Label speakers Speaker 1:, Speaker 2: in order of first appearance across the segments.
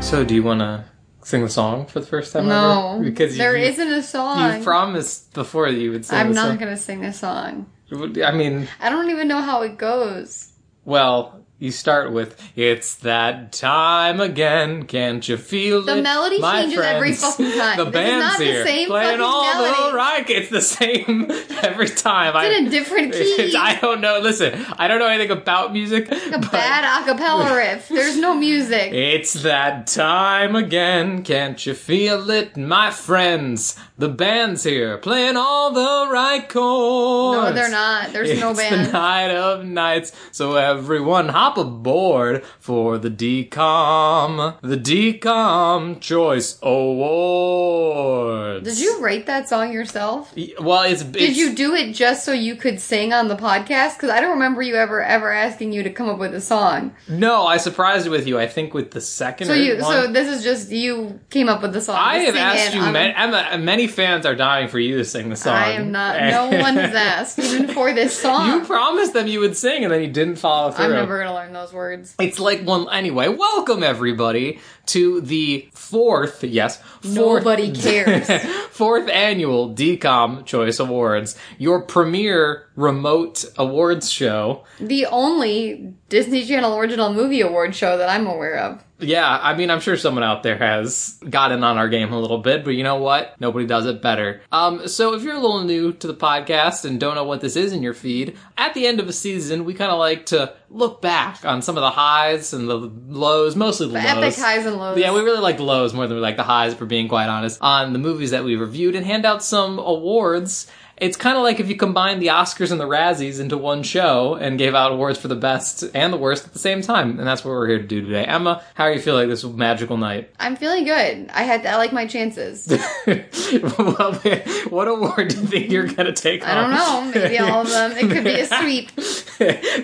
Speaker 1: So, do you want to sing the song for the first time
Speaker 2: No,
Speaker 1: ever? Because
Speaker 2: there
Speaker 1: you,
Speaker 2: not a
Speaker 1: you,
Speaker 2: song.
Speaker 1: you promised before you would sing
Speaker 2: I'm
Speaker 1: the
Speaker 2: not
Speaker 1: song.
Speaker 2: gonna sing a song.
Speaker 1: It would- I mean,
Speaker 2: I don't even know how it goes.
Speaker 1: well, you start with "It's that time again, can't you feel
Speaker 2: The
Speaker 1: it?"
Speaker 2: melody
Speaker 1: my
Speaker 2: changes every
Speaker 1: friends?"
Speaker 2: fucking time.
Speaker 1: The
Speaker 2: This is
Speaker 1: band's
Speaker 2: not the
Speaker 1: here
Speaker 2: same
Speaker 1: playing
Speaker 2: fucking
Speaker 1: all
Speaker 2: melody.
Speaker 1: the rock. It's the same every time.
Speaker 2: It's in
Speaker 1: I,
Speaker 2: a different key.
Speaker 1: I don't know. Listen, I don't know anything about music.
Speaker 2: a
Speaker 1: but-
Speaker 2: bad acapella riff. There's no music.
Speaker 1: It's that time again, can't you feel it, my friends? The band's here, playing all the right chords.
Speaker 2: No, they're not. There's
Speaker 1: It's
Speaker 2: no
Speaker 1: the
Speaker 2: band.
Speaker 1: night of nights, so everyone hop aboard for the decom, the decom choice awards.
Speaker 2: Did you rate that song yourself?
Speaker 1: Well, it's, it's
Speaker 2: Did you do it just so you could sing on the podcast? Because I don't remember you ever ever asking you to come up with a song.
Speaker 1: no. I surprised with you. I think with the second.
Speaker 2: So
Speaker 1: or
Speaker 2: you,
Speaker 1: one.
Speaker 2: so this is just you came up with the song.
Speaker 1: I
Speaker 2: to
Speaker 1: have
Speaker 2: sing
Speaker 1: asked
Speaker 2: it
Speaker 1: you.
Speaker 2: on-
Speaker 1: Many, Emma, many fans are dying for you to sing the song.
Speaker 2: I am not. No one has asked even for this song.
Speaker 1: You promised them you would sing, and then you didn't follow through.
Speaker 2: I'm never gonna learn those words.
Speaker 1: It's like one. Anyway, welcome everybody to the fourth. Yes, fourth,
Speaker 2: Nobody cares.
Speaker 1: fourth annual DCOM Choice Awards, your premier remote awards show.
Speaker 2: The only Disney Channel original movie award show that I'm aware of.
Speaker 1: Yeah, I mean, I'm sure someone out there has gotten on our game a little bit, but you know what? Nobody does it better. Um, so if you're a little new to the podcast and don't know what this is in your feed, at the end of a season, we kind of like to look back on some of the highs and the lows, mostly the, lows.
Speaker 2: Epic highs and lows.
Speaker 1: Yeah, we really like the lows more than we like the highs, if we're being quite honest, on the movies that we reviewed and hand out some awards. It's kind of like if you combine the Oscars and the Razzies into one show and gave out awards for the best and the worst at the same time. And that's what we're here to do today. Emma, how are you feeling this magical night?
Speaker 2: I'm feeling good. I had I like my chances.
Speaker 1: Well, what award do you think you're going to take
Speaker 2: I don't
Speaker 1: home?
Speaker 2: know. Maybe all of them. It could be a sweep.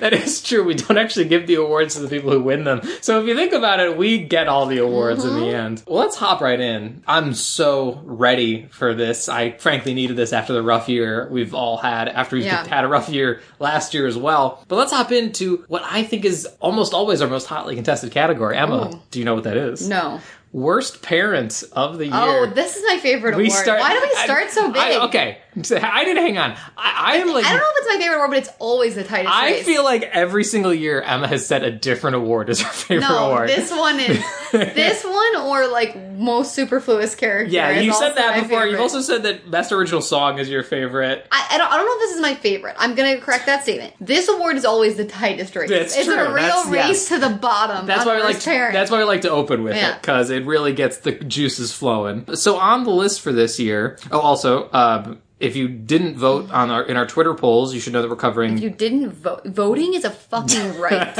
Speaker 1: that is true. We don't actually give the awards to the people who win them. So if you think about it, we get all the awards in
Speaker 2: Mm-hmm.
Speaker 1: the end. Well, let's hop right in. I'm so ready for this. I frankly needed this after the rough year we've all had, after we've
Speaker 2: Yeah.
Speaker 1: had a rough year last year as well. But let's hop into what I think is almost always our most hotly contested category. Emma,
Speaker 2: Ooh.
Speaker 1: do you know what that is?
Speaker 2: No.
Speaker 1: Worst parents of the year.
Speaker 2: Oh, this is my favorite award. Why do we
Speaker 1: I-
Speaker 2: start so big?
Speaker 1: I- okay, I didn't hang on. I, I am like
Speaker 2: I don't know if it's my favorite award, but it's always the tightest
Speaker 1: I
Speaker 2: race.
Speaker 1: feel like every single year Emma has said a different award as her favorite
Speaker 2: no,
Speaker 1: award.
Speaker 2: this one is this one or like most superfluous character.
Speaker 1: yeah,
Speaker 2: is
Speaker 1: you
Speaker 2: also
Speaker 1: said that
Speaker 2: my
Speaker 1: before. You've
Speaker 2: favorite.
Speaker 1: also said that best original song is your favorite.
Speaker 2: I, I, don't, I don't know if this is my favorite. I'm gonna correct that statement. This award is always the tightest race.
Speaker 1: That's
Speaker 2: it's
Speaker 1: true.
Speaker 2: a real
Speaker 1: That's- yes.
Speaker 2: race to the bottom.
Speaker 1: That's
Speaker 2: on
Speaker 1: why we
Speaker 2: first
Speaker 1: like. To,
Speaker 2: parent.
Speaker 1: that's why we like to open with
Speaker 2: Yeah.
Speaker 1: it because it really gets the juices flowing. So on the list for this year. Oh, also, um, if you didn't vote on our in our Twitter polls, you should know that we're covering.
Speaker 2: you didn't vote. Voting is a fucking right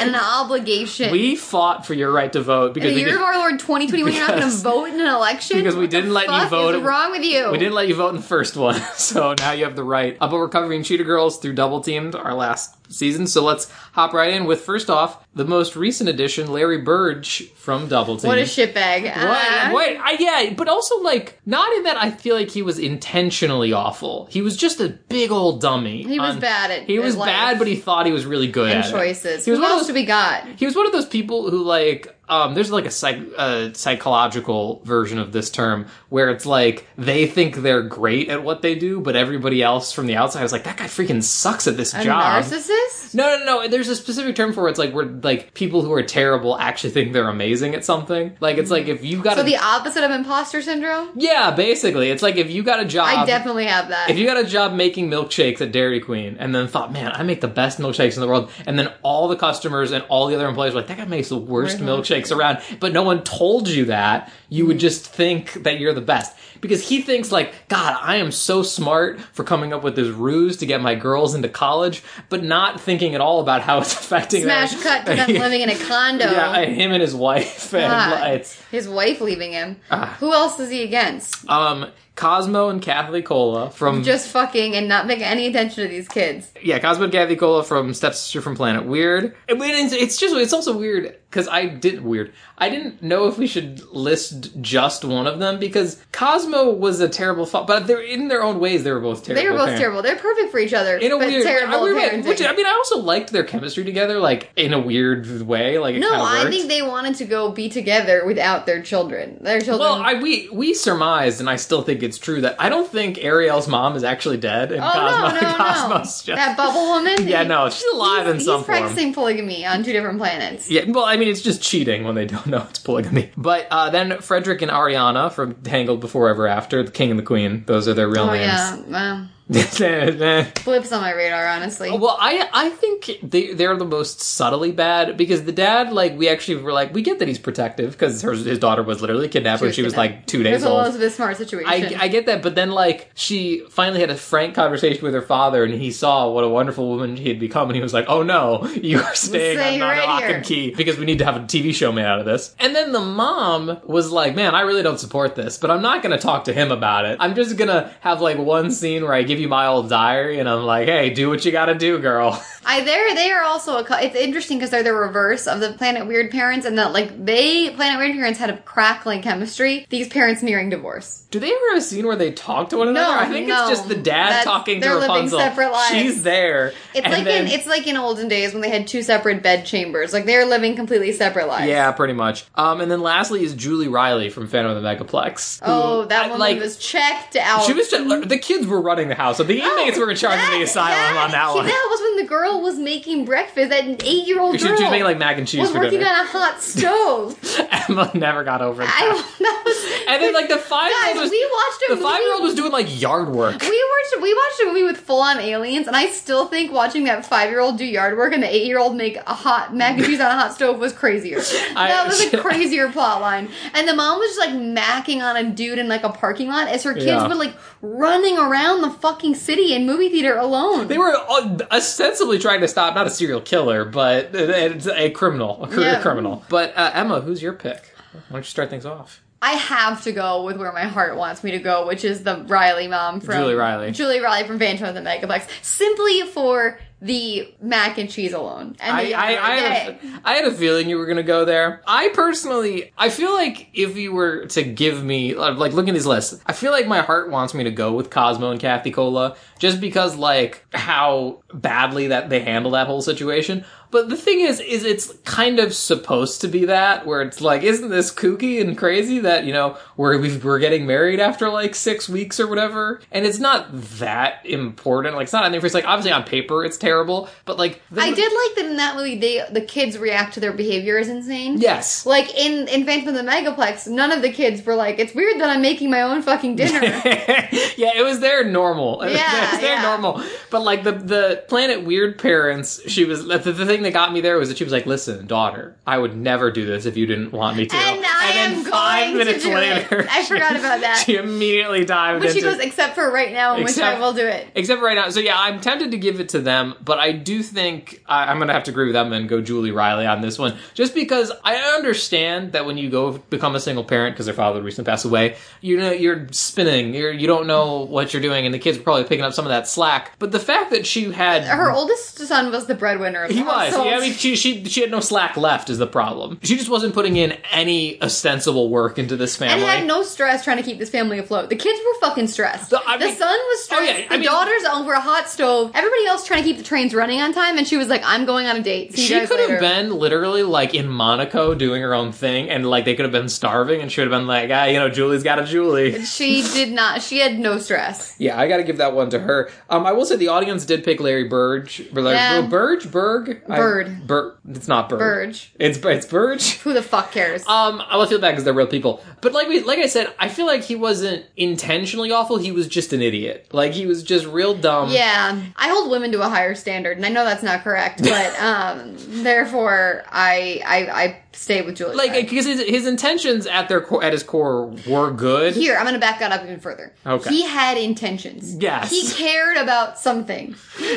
Speaker 2: and an obligation.
Speaker 1: we fought for your right to vote
Speaker 2: the
Speaker 1: because we,
Speaker 2: year
Speaker 1: did,
Speaker 2: of our Lord 2021, you're not going to
Speaker 1: Because-
Speaker 2: vote in an election
Speaker 1: because we
Speaker 2: What the
Speaker 1: didn't let you
Speaker 2: fuck
Speaker 1: vote.
Speaker 2: Is wrong with you?
Speaker 1: we didn't let you vote in the first one, so now you have the right. Uh, but we're covering Cheetah Girls through Double Teamed our last season, so let's hop right in with first off the most recent addition, Larry Burge from Double Team.
Speaker 2: What a shitbag!
Speaker 1: Wait,
Speaker 2: Uh,
Speaker 1: wait, I, yeah, but also like not in that I feel like he was intentionally awful. He was just a big old dummy.
Speaker 2: He was bad at
Speaker 1: he was
Speaker 2: life.
Speaker 1: bad, but he thought he was really good at it.
Speaker 2: choices.
Speaker 1: He was
Speaker 2: Who
Speaker 1: one of
Speaker 2: else
Speaker 1: those-
Speaker 2: do we got?
Speaker 1: He was one of those people who like um there's like a psych uh, psychological version of this term where it's like they think they're great at what they do, but everybody else from the outside is like that guy freaking sucks at this
Speaker 2: A
Speaker 1: job.
Speaker 2: narcissist?
Speaker 1: No, no, no. There's a specific term for it. It's like where like people who are terrible actually think they're amazing at something. Like it's like if you got
Speaker 2: So
Speaker 1: a,
Speaker 2: the opposite of imposter syndrome?
Speaker 1: yeah, basically, it's like if you got a job.
Speaker 2: I definitely have that.
Speaker 1: If you got a job making milkshakes at Dairy Queen and then thought, man, I make the best milkshakes in the world, and then all the customers and all the other employees were like, that guy makes the worst milkshakes around, but no one told you that, you would just think that you're the best. Because he thinks, like, God, I am so smart for coming up with this ruse to get my girls into college, but not thinking at all about how it's affecting
Speaker 2: Smash
Speaker 1: them.
Speaker 2: cut to them living in a condo.
Speaker 1: Yeah, and him and his wife. And, Ah.
Speaker 2: God.
Speaker 1: like, it's,
Speaker 2: Ah, His wife leaving him. Who else is he against?
Speaker 1: um, Cosmo and Kathy Cola from
Speaker 2: Just fucking and not paying any attention to these kids.
Speaker 1: yeah, Cosmo and Kathy Cola from Stepsister from Planet Weird. I mean, it's, it's just it's also weird because I did weird. I didn't know if we should list just one of them because Cosmo was a terrible thought, but they're in their own ways. They were both terrible.
Speaker 2: They were both
Speaker 1: parents.
Speaker 2: terrible. They're perfect for each other.
Speaker 1: In a
Speaker 2: but
Speaker 1: weird,
Speaker 2: terrible
Speaker 1: I, weird way-
Speaker 2: parenting.
Speaker 1: which I mean, I also liked their chemistry together, like in a weird way. Like it
Speaker 2: no,
Speaker 1: kinda
Speaker 2: I
Speaker 1: worked.
Speaker 2: think they wanted to go be together without their children. Their children.
Speaker 1: Well, I we we surmised, and I still think it's true that I don't think Ariel's mom is actually dead, and
Speaker 2: oh
Speaker 1: Cosmo,
Speaker 2: no, no, no!
Speaker 1: Cosmos just
Speaker 2: that bubble woman.
Speaker 1: yeah, no, she's alive
Speaker 2: He's,
Speaker 1: in some
Speaker 2: he's
Speaker 1: form.
Speaker 2: practicing polygamy on two different planets.
Speaker 1: Yeah, well, I mean, it's just cheating when they don't know it's polygamy. But uh, then Frederick and Ariana from Tangled Before Ever After, the King and the Queen, those are their real
Speaker 2: Oh
Speaker 1: names.
Speaker 2: yeah, um,
Speaker 1: Yeah.
Speaker 2: blips on my radar, honestly.
Speaker 1: well, I I think they they're the most subtly bad because the dad, like, we actually were like, we get that he's protective because his daughter was literally kidnapped when
Speaker 2: was
Speaker 1: she was
Speaker 2: kidnapped.
Speaker 1: like two
Speaker 2: It was
Speaker 1: days
Speaker 2: a
Speaker 1: old.
Speaker 2: Elizabeth Smart situation.
Speaker 1: I, I get that, but then like she finally had a frank conversation with her father, and he saw what a wonderful woman he had become, and he was like, "Oh no, you are staying
Speaker 2: Stay
Speaker 1: on
Speaker 2: right
Speaker 1: right lock
Speaker 2: here."
Speaker 1: and key because we need to have a TV show made out of this." And then the mom was like, "Man, I really don't support this, but I'm not going to talk to him about it. I'm just gonna have like one scene where I give you my old diary, and I'm like, hey, do what you got to do, girl.'"
Speaker 2: I they're they are also a. cou- It's interesting because they're the reverse of the Planet Weird parents, and that like they Planet Weird parents had a crackling chemistry. These parents nearing divorce.
Speaker 1: Do they ever have a scene where they talk to one another? I think
Speaker 2: no.
Speaker 1: it's just the dad
Speaker 2: That's-
Speaker 1: talking to
Speaker 2: they're living
Speaker 1: Rapunzel.
Speaker 2: separate lives.
Speaker 1: She's there.
Speaker 2: It's
Speaker 1: and
Speaker 2: like
Speaker 1: then-
Speaker 2: in it's like in olden days when they had two separate bed chambers. Like they're living completely separate lives.
Speaker 1: Yeah, pretty much. Um, and then lastly is Julie Riley from Phantom of the Megaplex. who
Speaker 2: Oh,
Speaker 1: I-
Speaker 2: that woman
Speaker 1: like,
Speaker 2: was checked out.
Speaker 1: She was just, the kids were running the house, so the
Speaker 2: Oh,
Speaker 1: inmates were in charge of the asylum on that
Speaker 2: he-
Speaker 1: one.
Speaker 2: That was when the girl was making breakfast. That eight-year-old girl
Speaker 1: She, she was making like mac and cheese
Speaker 2: was
Speaker 1: for
Speaker 2: working
Speaker 1: dinner.
Speaker 2: on a hot stove.
Speaker 1: Emma never got over
Speaker 2: I
Speaker 1: that.
Speaker 2: that was.
Speaker 1: and then like the five year
Speaker 2: guys,
Speaker 1: old was
Speaker 2: we watched a
Speaker 1: the
Speaker 2: movie.
Speaker 1: five year old was doing like yard work.
Speaker 2: we watched we watched a movie with full on aliens, and I still think watching that five year old do yard work and the eight year old make a hot mac and cheese on a hot stove was crazier.
Speaker 1: I-
Speaker 2: that was a crazier plot line. And the mom was just like macking on a dude in like a parking lot as her kids
Speaker 1: Yeah.
Speaker 2: were like running around the fucking city in movie theater alone.
Speaker 1: They were uh, ostensibly trying to stop not a serial killer, but uh, a, a criminal, a career
Speaker 2: Yeah.
Speaker 1: criminal. But uh, Emma, who's your pick? Why don't you start things off?
Speaker 2: I have to go with where my heart wants me to go, which is the Riley mom from
Speaker 1: Julie Riley.
Speaker 2: Julie Riley from Phantom of the Megaplex, simply for the mac and cheese alone. And
Speaker 1: I,
Speaker 2: the
Speaker 1: I, I, had
Speaker 2: yay.
Speaker 1: a, I had a feeling you were going to go there. I personally, I feel like if you were to give me, uh, like, look at these lists, I feel like my heart wants me to go with Cosmo and Kathy Cola just because, like, how badly that they handle that whole situation. But the thing is, is it's kind of supposed to be that, where it's like, isn't this kooky and crazy that, you know, we're, we've, we're getting married after like six weeks or whatever? And it's not that important. Like, it's not, I mean, it's like, obviously on paper it's terrible, but like, the-
Speaker 2: I did like that in that movie. They the kids react to their behavior is insane.
Speaker 1: Yes.
Speaker 2: Like in in Phantom of the Megaplex, none of the kids were like, "It's weird that I'm making my own fucking dinner."
Speaker 1: yeah, it was their normal. It was
Speaker 2: Yeah,
Speaker 1: their- it was their
Speaker 2: yeah.
Speaker 1: normal. But like the the Planet Weird parents, she was the, the thing that got me there was that she was like, "Listen, daughter, I would never do this if you didn't want me to."
Speaker 2: And I am going to do it. I forgot about that.
Speaker 1: She immediately dived
Speaker 2: But
Speaker 1: into
Speaker 2: she goes, "Except for right now, in which I
Speaker 1: Except-
Speaker 2: will do it."
Speaker 1: Except for right now. So yeah, I'm tempted to give it to them, but I do think I, I'm going to have to agree with them and go Julie Riley on this one, just because I understand that when you go become a single parent because their father recently passed away, you know you're spinning, you're you don't know what you're doing, and the kids are probably picking up some of that slack. But the fact that she had
Speaker 2: Her oldest son was the breadwinner of the
Speaker 1: he was.
Speaker 2: household.
Speaker 1: Yeah, I mean, she, she she had no slack left is the problem. She just wasn't putting in any ostensible work into this
Speaker 2: and
Speaker 1: family.
Speaker 2: had no stress trying to keep this family afloat. The kids were fucking stressed. The,
Speaker 1: The- I mean-
Speaker 2: son was
Speaker 1: Oh,
Speaker 2: stressed.
Speaker 1: yeah, I
Speaker 2: the
Speaker 1: mean-
Speaker 2: daughter's over a hot stove. Everybody else trying to keep the trains running on time, and she was like, "I'm going on a date." See you
Speaker 1: she
Speaker 2: guys
Speaker 1: could
Speaker 2: later."
Speaker 1: have been literally like in Monaco doing her own thing, and like they could have been starving, and she would have been like, ah, you know, Julie's got a Julie.
Speaker 2: She did not. She had no stress.
Speaker 1: Yeah, I got to give that one to her. Um, I will say the audience did pick Larry Burge. Larry,
Speaker 2: Yeah.
Speaker 1: Burge, Berg, I-
Speaker 2: Bird.
Speaker 1: Bur- It's not Berg.
Speaker 2: Burge.
Speaker 1: It's it's Burge.
Speaker 2: Who the fuck cares?
Speaker 1: Um, I will feel bad because they're real people. But like we, like I said, I feel like he wasn't intentionally awful. He was just an idiot. Like he was just real dumb.
Speaker 2: Yeah, I hold women to a higher standard, and I know that's not correct, but um, therefore I, I I stay with Julie.
Speaker 1: Like
Speaker 2: Fry.
Speaker 1: because his, his intentions at their core, at his core were good.
Speaker 2: here, I'm going to back that up even further.
Speaker 1: Okay.
Speaker 2: he had intentions.
Speaker 1: Yes.
Speaker 2: he cared about something.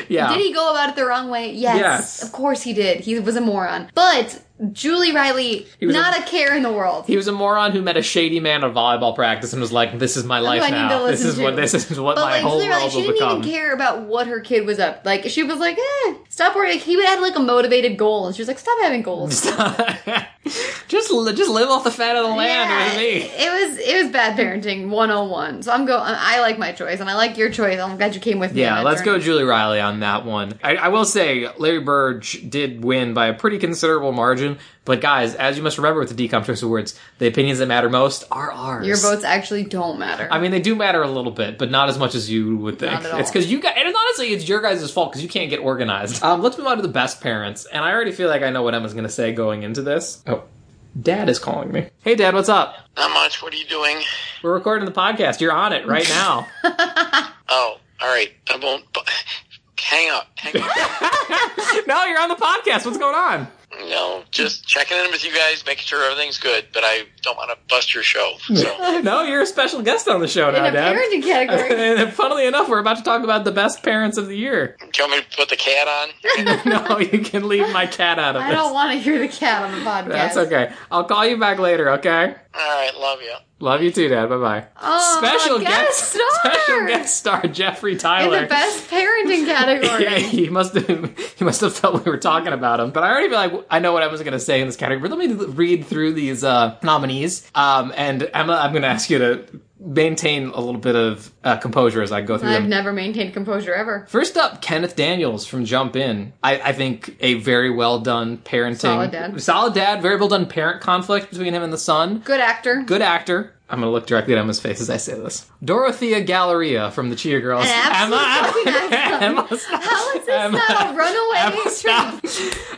Speaker 1: yeah.
Speaker 2: Did he go about it the wrong way? Yes,
Speaker 1: Yes.
Speaker 2: of course he did. He was a moron, but Julie Riley,
Speaker 1: was
Speaker 2: not a, care in the world.
Speaker 1: He was a moron who met a shady man at volleyball practice and was like, "This is my life
Speaker 2: I need
Speaker 1: now.
Speaker 2: to
Speaker 1: this
Speaker 2: listen
Speaker 1: is what
Speaker 2: to."
Speaker 1: this is what
Speaker 2: but
Speaker 1: my
Speaker 2: like
Speaker 1: whole
Speaker 2: Julie Riley,
Speaker 1: world
Speaker 2: she
Speaker 1: will
Speaker 2: didn't
Speaker 1: become."
Speaker 2: even care about what her kid was up. Like she was like, eh, stop worrying. He had like a motivated goal, and she was like, stop having goals.
Speaker 1: just li- just live off the fat of the land with me.
Speaker 2: It was it was bad parenting 101. So I'm go I I like my choice and I like your choice. I'm glad you came with me.
Speaker 1: Yeah,
Speaker 2: on that
Speaker 1: let's go
Speaker 2: journey.
Speaker 1: Julie Riley on that one. I, I will say Larry Bird did win by a pretty considerable margin, but guys, as you must remember with the Decom Choice Awards, the opinions that matter most are ours.
Speaker 2: Your votes actually don't matter.
Speaker 1: I mean, they do matter a little bit, but not as much as you would think.
Speaker 2: Not at all.
Speaker 1: It's because you guys, and honestly, it's your guys' fault because you can't get organized. Um, let's move on to the best parents, and I already feel like I know what Emma's going to say going into this. Oh, Dad is calling me. Hey, Dad, what's up?
Speaker 3: Not much. What are you doing?
Speaker 1: We're recording the podcast. You're on it right now.
Speaker 3: Oh, all right. I won't. bu- Hang up. Hang up.
Speaker 1: no, you're on the podcast. What's going on?
Speaker 3: no, just checking in with you guys, making sure everything's good. But I don't want to bust your show. So
Speaker 1: No, you're a special guest on the show
Speaker 2: in
Speaker 1: now,
Speaker 2: a
Speaker 1: Dad.
Speaker 2: parenting category.
Speaker 1: and funnily enough, we're about to talk about the best parents of the year.
Speaker 3: do you want me to put the cat on?
Speaker 1: no, you can leave my cat out of
Speaker 2: I
Speaker 1: this.
Speaker 2: don't want to hear the cat on the podcast.
Speaker 1: That's okay. I'll call you back later, okay?
Speaker 3: All right. Love you.
Speaker 1: Love you too, Dad. Bye bye.
Speaker 2: Oh,
Speaker 1: special
Speaker 2: guest star!
Speaker 1: special guest star Jeffrey
Speaker 2: In
Speaker 1: Tyler.
Speaker 2: the best parenting category.
Speaker 1: yeah, he must have he must have felt we were talking about him. But I already feel like I know what I was going to say in this category. Let me read through these uh, nominees. Um, and Emma, I'm going to ask you to maintain a little bit of uh, composure as I go through
Speaker 2: I've
Speaker 1: them.
Speaker 2: never maintained composure ever.
Speaker 1: First up, Kenneth Daniels from Jump In. I, I think a very well done parenting,
Speaker 2: Solid dad.
Speaker 1: solid dad, very well done parent conflict between him and the son.
Speaker 2: Good actor.
Speaker 1: Good actor. I'm gonna look directly at Emma's face as I say this. Dorothea Galleria from the Cheer Girls.
Speaker 2: An absolute fucking
Speaker 1: Emma,
Speaker 2: icon.
Speaker 1: Emma, stop.
Speaker 2: How is this
Speaker 1: Emma,
Speaker 2: not a runaway
Speaker 1: Emma,
Speaker 2: train?
Speaker 1: stop.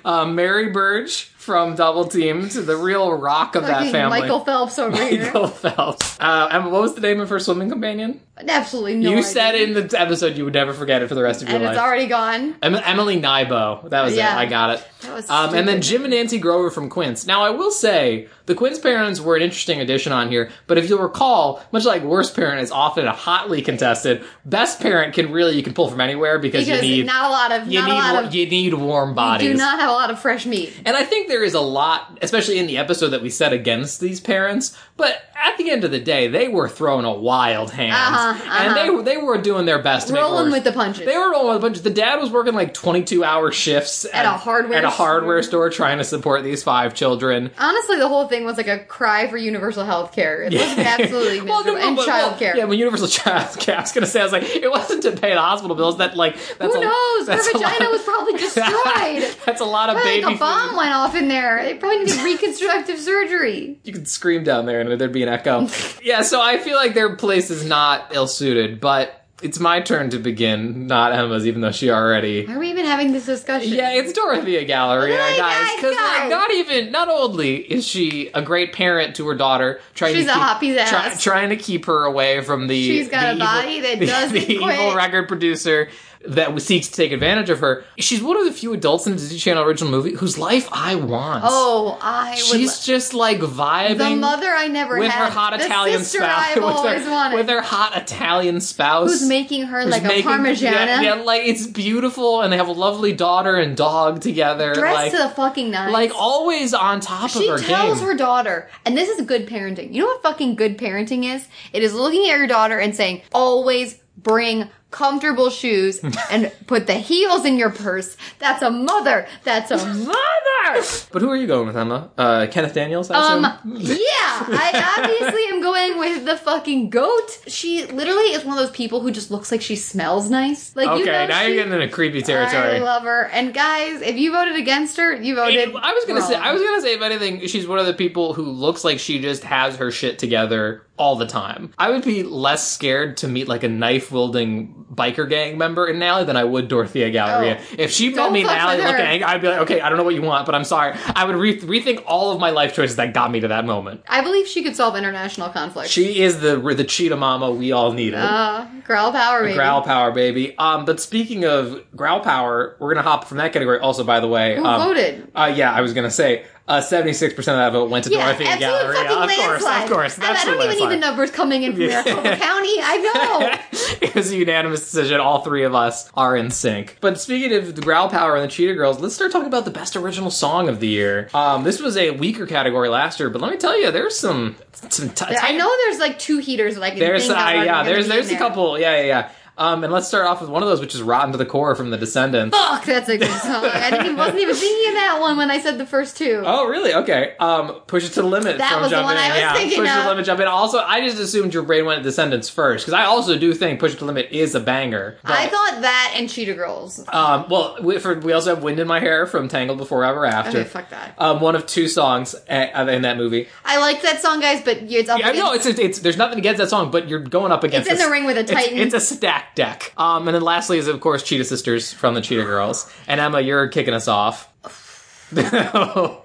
Speaker 1: Um, Mary Burge from Double Teamed, the real rock of that
Speaker 2: Fucking
Speaker 1: family.
Speaker 2: Michael Phelps over here.
Speaker 1: Michael Phelps. Uh, Emma, what was the name of her swimming companion?
Speaker 2: Absolutely no.
Speaker 1: you
Speaker 2: idea.
Speaker 1: said in the episode you would never forget it for the rest of your
Speaker 2: and
Speaker 1: life.
Speaker 2: it's already gone.
Speaker 1: Em- Emily Nybo. That was
Speaker 2: Yeah.
Speaker 1: it. I got it.
Speaker 2: That was
Speaker 1: Um, and then
Speaker 2: stupid.
Speaker 1: Jim and Nancy Grover from Quince. Now, I will say, the Quince parents were an interesting addition on here, but if you'll recall, much like Worst Parent is often a hotly contested, Best Parent can really, you can pull from anywhere because,
Speaker 2: because
Speaker 1: you need,
Speaker 2: not a lot of
Speaker 1: you,
Speaker 2: not
Speaker 1: need
Speaker 2: a lot
Speaker 1: wa-
Speaker 2: of
Speaker 1: you need warm bodies.
Speaker 2: do not have a lot of fresh meat.
Speaker 1: And I think there is a lot, especially in the episode that we set against these parents. But at the end of the day, they were throwing a wild hand,
Speaker 2: Uh-huh,
Speaker 1: and they were- they were doing their best. To make
Speaker 2: Rolling
Speaker 1: worse.
Speaker 2: with the punches.
Speaker 1: They were rolling with the punches. The dad was working like twenty two hour shifts at,
Speaker 2: a hardware
Speaker 1: at a
Speaker 2: store.
Speaker 1: hardware store trying to support these five children.
Speaker 2: Honestly, the whole thing was like a cry for universal health care. It was absolutely miserable.
Speaker 1: Well, no, no,
Speaker 2: and
Speaker 1: but- well,
Speaker 2: child care.
Speaker 1: Yeah, when Universal Child Care. I was gonna say, I was like, it wasn't to pay the hospital bills. That like, that's
Speaker 2: Who
Speaker 1: a,
Speaker 2: knows? Her
Speaker 1: that's a
Speaker 2: vagina
Speaker 1: lot-
Speaker 2: was probably destroyed.
Speaker 1: that's a lot of
Speaker 2: Probably
Speaker 1: baby.
Speaker 2: like a bomb
Speaker 1: food.
Speaker 2: went off in there. They probably needed reconstructive surgery.
Speaker 1: you could scream down there and there'd be an echo. yeah, so I feel like their place is not ill suited, but it's my turn to begin, not Emma's, even though she already.
Speaker 2: Why Are we even having this discussion?
Speaker 1: Yeah, it's Dorothea Gallery, guys.
Speaker 2: Really, guys,
Speaker 1: Because like,
Speaker 2: guys.
Speaker 1: not even, not only is she a great parent to her daughter, trying
Speaker 2: She's
Speaker 1: to
Speaker 2: a
Speaker 1: keep,
Speaker 2: hot piece of
Speaker 1: try-
Speaker 2: ass.
Speaker 1: trying to keep her away from the.
Speaker 2: She's got
Speaker 1: the
Speaker 2: a
Speaker 1: evil-
Speaker 2: body that doesn't
Speaker 1: the, the evil
Speaker 2: quit.
Speaker 1: record producer that seeks to take advantage of her. She's one of the few adults in a Disney Channel original movie whose life I want.
Speaker 2: Oh, I would.
Speaker 1: She's just like vibing
Speaker 2: lo- the mother I never
Speaker 1: with
Speaker 2: had.
Speaker 1: her hot
Speaker 2: the
Speaker 1: Italian
Speaker 2: sister
Speaker 1: spouse.
Speaker 2: I've always
Speaker 1: with, her,
Speaker 2: wanted.
Speaker 1: with her hot Italian spouse.
Speaker 2: who's making her
Speaker 1: who's
Speaker 2: like
Speaker 1: making-
Speaker 2: a parmigiana?
Speaker 1: Yeah, yeah, like it's beautiful, and they have a lovely daughter and dog together.
Speaker 2: Dressed
Speaker 1: like,
Speaker 2: to the fucking nines.
Speaker 1: like always on top
Speaker 2: She
Speaker 1: of her
Speaker 2: tells
Speaker 1: game.
Speaker 2: her daughter, and this is good parenting. You know what fucking good parenting is? It is looking at your daughter and saying, always bring comfortable shoes and put the heels in your purse. That's a mother. That's a mother.
Speaker 1: but who are you going with, Emma? Uh, Kenneth Daniels, I
Speaker 2: Um,
Speaker 1: assume?
Speaker 2: yeah, I obviously am going with the fucking goat. She literally is one of those people who just looks like she smells nice. Like,
Speaker 1: Okay,
Speaker 2: you know,
Speaker 1: now
Speaker 2: she-
Speaker 1: you're getting into creepy
Speaker 2: I
Speaker 1: territory.
Speaker 2: love her. And guys, if you voted against her, you voted.
Speaker 1: It- I was gonna say,
Speaker 2: wrong.
Speaker 1: I was gonna say, if anything, she's one of the people who looks like she just has her shit together all the time. I would be less scared to meet like a knife wielding biker gang member in an alley than I would Dorothea Galleria.
Speaker 2: Oh.
Speaker 1: if she met
Speaker 2: Don't
Speaker 1: me in an
Speaker 2: fuck
Speaker 1: alley
Speaker 2: with her.
Speaker 1: looking, angry, I'd be like, okay, I don't know what you want, but I'm sorry. I would re- rethink all of my life choices that got me to that moment.
Speaker 2: I believe she could solve international conflict.
Speaker 1: She is the the cheetah mama we all needed.
Speaker 2: Uh, growl power, baby.
Speaker 1: Growl power, baby. Um, but speaking of growl power, we're gonna hop from that category. Also, by the way,
Speaker 2: Who
Speaker 1: um,
Speaker 2: voted?
Speaker 1: Uh, yeah, I was gonna say Uh, 76% of that vote went to
Speaker 2: Yeah,
Speaker 1: Dorothy and
Speaker 2: absolute
Speaker 1: Galleria.
Speaker 2: fucking
Speaker 1: Of course,
Speaker 2: landslide.
Speaker 1: of course.
Speaker 2: And I
Speaker 1: absolute
Speaker 2: don't even need
Speaker 1: landslide.
Speaker 2: the numbers coming in from
Speaker 1: Yeah.
Speaker 2: Maricopa County. I
Speaker 1: it was a unanimous decision. All three of us are in sync. But speaking of the Growl Power and the Cheetah Girls, let's start talking about the best original song of the year. Um, this was a weaker category last year, but let me tell you, there's some some. T-
Speaker 2: know. I know there's like two heaters that I can
Speaker 1: There's
Speaker 2: think of.
Speaker 1: uh,
Speaker 2: that
Speaker 1: yeah.
Speaker 2: are gonna
Speaker 1: There's
Speaker 2: be in
Speaker 1: there's a
Speaker 2: there.
Speaker 1: couple. Yeah, yeah, yeah. Um, and let's start off with one of those, which is "Rotten to the Core" from The Descendants.
Speaker 2: Fuck, that's a good song. I think I wasn't even thinking of that one when I said the first two.
Speaker 1: Oh, really? Okay. Um, push it to the limit.
Speaker 2: That
Speaker 1: from
Speaker 2: was the
Speaker 1: jump
Speaker 2: one
Speaker 1: in.
Speaker 2: I was
Speaker 1: yeah.
Speaker 2: thinking
Speaker 1: Push it to
Speaker 2: of.
Speaker 1: the limit, jump in. Also, I just assumed your brain went at Descendants first because I also do think push it to the limit is a banger. but-
Speaker 2: I thought that and Cheetah Girls.
Speaker 1: Um, well, we, for, we also have "Wind in My Hair" from Tangled Before Ever After.
Speaker 2: Okay, fuck that.
Speaker 1: Um, one of two songs uh, in that movie.
Speaker 2: I liked that song, guys, but it's up
Speaker 1: Yeah,
Speaker 2: against-
Speaker 1: no, it's, it's it's there's nothing against that song, but you're going up against
Speaker 2: in
Speaker 1: this-
Speaker 2: the ring with a
Speaker 1: it's-
Speaker 2: titan.
Speaker 1: It's, a stack deck. Um, and then lastly is of course Cheetah Sisters from the Cheetah Girls. And Emma, you're kicking us off.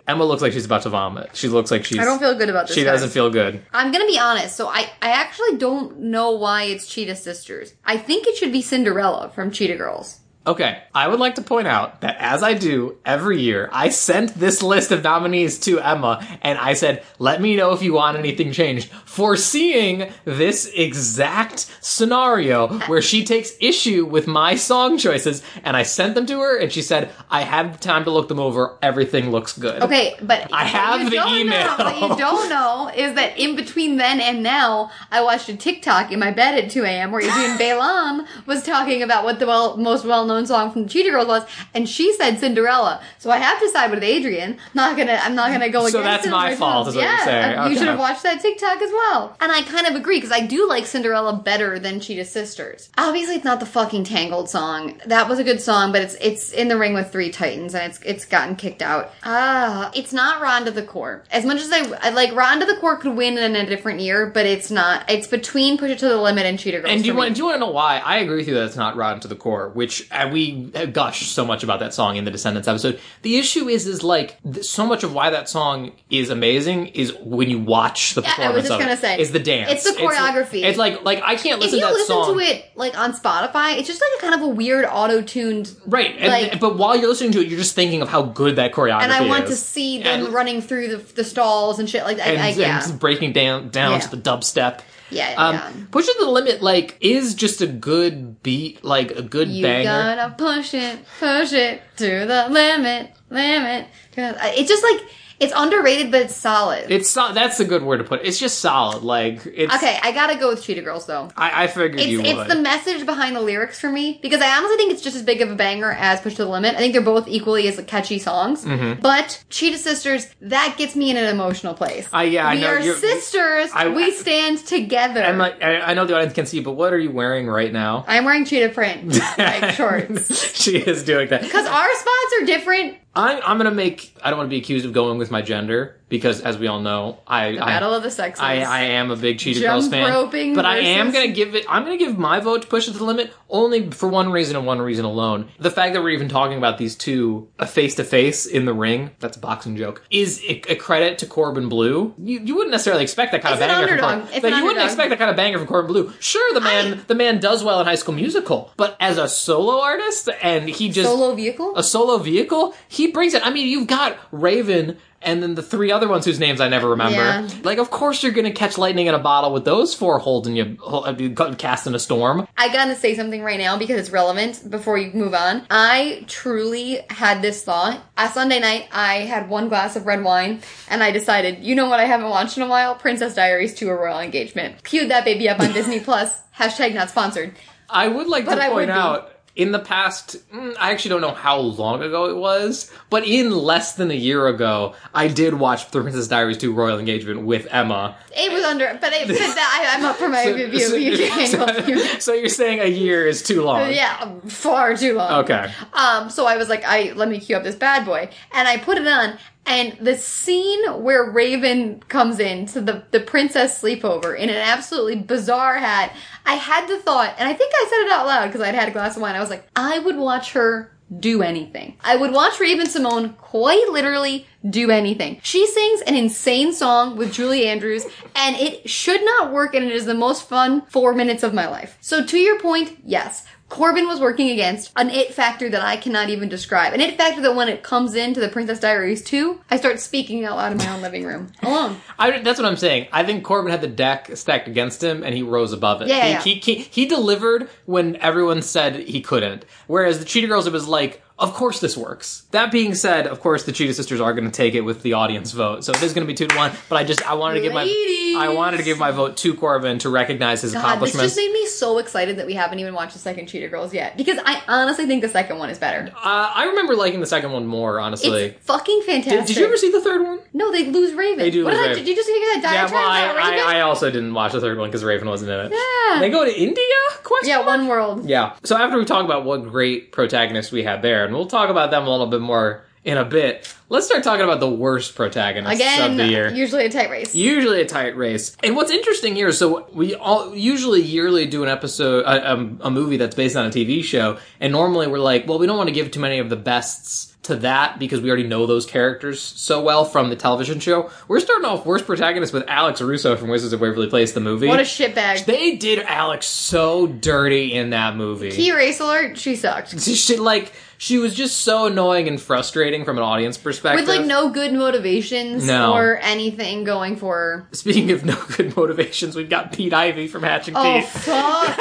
Speaker 1: Emma looks like she's about to vomit. She looks like she's.
Speaker 2: I don't feel good about this.
Speaker 1: She
Speaker 2: guys.
Speaker 1: doesn't feel good.
Speaker 2: I'm gonna be honest. So I, I actually don't know why it's Cheetah Sisters. I think it should be Cinderella from Cheetah Girls.
Speaker 1: Okay, I would like to point out that as I do every year, I sent this list of nominees to Emma and I said, let me know if you want anything changed. Foreseeing this exact scenario where she takes issue with my song choices, and I sent them to her and she said, I have time to look them over. Everything looks good.
Speaker 2: Okay, but
Speaker 1: I
Speaker 2: what
Speaker 1: have
Speaker 2: you
Speaker 1: the
Speaker 2: don't
Speaker 1: email.
Speaker 2: Know, what you don't know is that in between then and now, I watched a TikTok in my bed at 2 a.m. where Adrian Balam was talking about what the well, most well-known song from the Cheetah Girls was, and she said Cinderella. So I have to side with Adrian. Not gonna, I'm not gonna go
Speaker 1: So
Speaker 2: against
Speaker 1: that's
Speaker 2: him
Speaker 1: my
Speaker 2: myself.
Speaker 1: fault, is what you're
Speaker 2: Yeah,
Speaker 1: saying.
Speaker 2: You should
Speaker 1: Okay.
Speaker 2: have watched that TikTok as well. And I kind of agree because I do like Cinderella better than Cheetah Sisters. Obviously, it's not the fucking Tangled song. That was a good song, but it's it's in the ring with three Titans, and it's it's gotten kicked out. Ah, it's not Ron to the Core. As much as I, I like Ron to the Core could win in a different year, but it's not. It's between Push It to the Limit and Cheetah Girls.
Speaker 1: And do you
Speaker 2: for me.
Speaker 1: want do you want to know why? I agree with you that it's not rotten to the core, which uh, we gush so much about that song in the Descendants episode. The issue is, is like th- so much of why that song is amazing is when you watch the
Speaker 2: Yeah, I was
Speaker 1: performance.
Speaker 2: just
Speaker 1: of it.
Speaker 2: gonna say.
Speaker 1: it's the dance,
Speaker 2: It's the choreography.
Speaker 1: It's, like like I can't
Speaker 2: if
Speaker 1: listen
Speaker 2: you
Speaker 1: to that
Speaker 2: listen
Speaker 1: song.
Speaker 2: to it like on Spotify, it's just like a kind of a weird auto-tuned
Speaker 1: Right, and,
Speaker 2: like-
Speaker 1: but while you're listening to it, you're just thinking of how good that choreography
Speaker 2: and I want
Speaker 1: is.
Speaker 2: to see them
Speaker 1: And-
Speaker 2: running through the, the stalls and shit like that.
Speaker 1: and,
Speaker 2: I, I-
Speaker 1: and
Speaker 2: yeah.
Speaker 1: just breaking down down
Speaker 2: Yeah.
Speaker 1: to the dubstep.
Speaker 2: yeah, yeah,
Speaker 1: Um,
Speaker 2: yeah.
Speaker 1: Push it to the limit, like is just a good beat, like a good
Speaker 2: You
Speaker 1: banger.
Speaker 2: gotta push it, push it to the limit, limit. 'Cause I- It's just like it's underrated, but it's solid.
Speaker 1: It's so- that's a good word to put. It. It's just solid. Like it's
Speaker 2: okay, I gotta go with Cheetah Girls though.
Speaker 1: I, I figured
Speaker 2: It's,
Speaker 1: you
Speaker 2: it's
Speaker 1: would.
Speaker 2: the message behind the lyrics for me because I honestly think it's just as big of a banger as Push to the Limit. I think they're both equally as catchy songs.
Speaker 1: Mm-hmm.
Speaker 2: But Cheetah Sisters, that gets me in an emotional place.
Speaker 1: I- yeah, I
Speaker 2: we
Speaker 1: know,
Speaker 2: are
Speaker 1: you're-
Speaker 2: sisters.
Speaker 1: I-
Speaker 2: we stand together.
Speaker 1: I'm like, I, I know the audience can see, but what are you wearing right now?
Speaker 2: I'm wearing cheetah print like shorts.
Speaker 1: she is doing that.
Speaker 2: Because our spots are different.
Speaker 1: I'm, I'm gonna make. I don't want to be accused of going with my gender because, as we all know, I I,
Speaker 2: Battle of the Sexes.
Speaker 1: I, I am a big Cheetah
Speaker 2: Jump
Speaker 1: Girls fan.
Speaker 2: roping
Speaker 1: but I am
Speaker 2: versus-
Speaker 1: gonna give it. I'm gonna give my vote to Push It to the Limit only for one reason and one reason alone. The fact that we're even talking about these two face to face in the ring. That's a boxing joke. Is a, a credit to Corbin Blue. You, you wouldn't necessarily expect that kind
Speaker 2: It's
Speaker 1: of
Speaker 2: an
Speaker 1: banger. from
Speaker 2: underdog.
Speaker 1: Corbin-
Speaker 2: It's
Speaker 1: like,
Speaker 2: an
Speaker 1: you wouldn't
Speaker 2: underdog.
Speaker 1: expect that kind of banger from Corbin Blue. Sure, the man the man does well in High School Musical, but as a solo artist, and he just
Speaker 2: Solo vehicle?
Speaker 1: a solo vehicle, he brings it. I mean, you've got Raven and then the three other ones whose names I never remember.
Speaker 2: Yeah.
Speaker 1: Like, of course you're gonna catch lightning in a bottle with those four holding you, hol- uh, you got- cast in a storm.
Speaker 2: I gotta say something right now because it's relevant before you move on. I truly had this thought. A Sunday night, I had one glass of red wine and I decided, you know what I haven't watched in a while? Princess Diaries 2 A Royal Engagement. Pewed that baby up on Disney Plus. Hashtag not sponsored.
Speaker 1: I would like
Speaker 2: But
Speaker 1: to
Speaker 2: I would
Speaker 1: point
Speaker 2: be.
Speaker 1: out. In the past, mm, I actually don't know how long ago it was, but in less than a year ago, I did watch The Princess Diaries 2 Royal Engagement with Emma.
Speaker 2: It was under, but it, but that, I, I'm up for my review. you
Speaker 1: so,
Speaker 2: can't
Speaker 1: so you're saying a year is too long?
Speaker 2: Yeah, far too long.
Speaker 1: Okay.
Speaker 2: Um, so I was like, I let me cue up this bad boy, and I put it on. And the scene where Raven comes in to the the princess sleepover in an absolutely bizarre hat, I had the thought, and I think I said it out loud because I'd had a glass of wine. I was like, I would watch her do anything. I would watch Raven Simone quite literally do anything. She sings an insane song with Julie Andrews, and it should not work, and it is the most fun four minutes of my life. So to your point, yes. Corbin was working against an it factor that I cannot even describe. An it factor that when it comes into the Princess Diaries 2, I start speaking out loud in my own living room. Oh, Alone.
Speaker 1: I, that's what I'm saying. I think Corbin had the deck stacked against him, and he rose above it.
Speaker 2: Yeah,
Speaker 1: he,
Speaker 2: yeah.
Speaker 1: He, he, he delivered when everyone said he couldn't. Whereas the Cheetah Girls, it was like, of course this works. That being said, of course the Cheetah Sisters are going to take it with the audience vote, so it is going to be two to one. But I just I wanted to give
Speaker 2: Ladies.
Speaker 1: my I wanted to give my vote to Corbin to recognize his
Speaker 2: God, this
Speaker 1: accomplishments.
Speaker 2: just made me so excited that we haven't even watched the second Cheetah Girls yet. Because I honestly think the second one is better.
Speaker 1: uh, I remember liking the second one more, honestly.
Speaker 2: It's fucking fantastic.
Speaker 1: did, did you ever see the third one?
Speaker 2: No, they lose Raven.
Speaker 1: They do
Speaker 2: What
Speaker 1: lose
Speaker 2: did I-
Speaker 1: Raven.
Speaker 2: Did you just figure that
Speaker 1: Yeah,
Speaker 2: diatribe
Speaker 1: well,
Speaker 2: about Raven?
Speaker 1: I, I, I also didn't watch the third one because Raven wasn't in it.
Speaker 2: Yeah.
Speaker 1: They go to India? Question
Speaker 2: yeah,
Speaker 1: mark?
Speaker 2: One World.
Speaker 1: Yeah. So after we talk about what great protagonists we had there, and we'll talk about them a little bit more in a bit, let's start talking about the worst protagonists of
Speaker 2: Again,
Speaker 1: the year.
Speaker 2: usually a tight race.
Speaker 1: Usually a tight race. And what's interesting here is so we all usually yearly do an episode, a, a, a movie that's based on a TV show, and normally we're like, well, we don't want to give too many of the bests to that because we already know those characters so well from the television show. We're starting off worst protagonist with Alex Russo from Wizards of Waverly Place, the movie.
Speaker 2: what a shitbag.
Speaker 1: they did Alex so dirty in that movie.
Speaker 2: Key race alert, she sucked.
Speaker 1: She- she like she was just so annoying and frustrating from an audience perspective.
Speaker 2: With like no good motivations
Speaker 1: No.
Speaker 2: or anything going for her.
Speaker 1: Speaking of no good motivations, we've got Pete Ivy from Hatch and
Speaker 2: Oh
Speaker 1: Teeth.
Speaker 2: fuck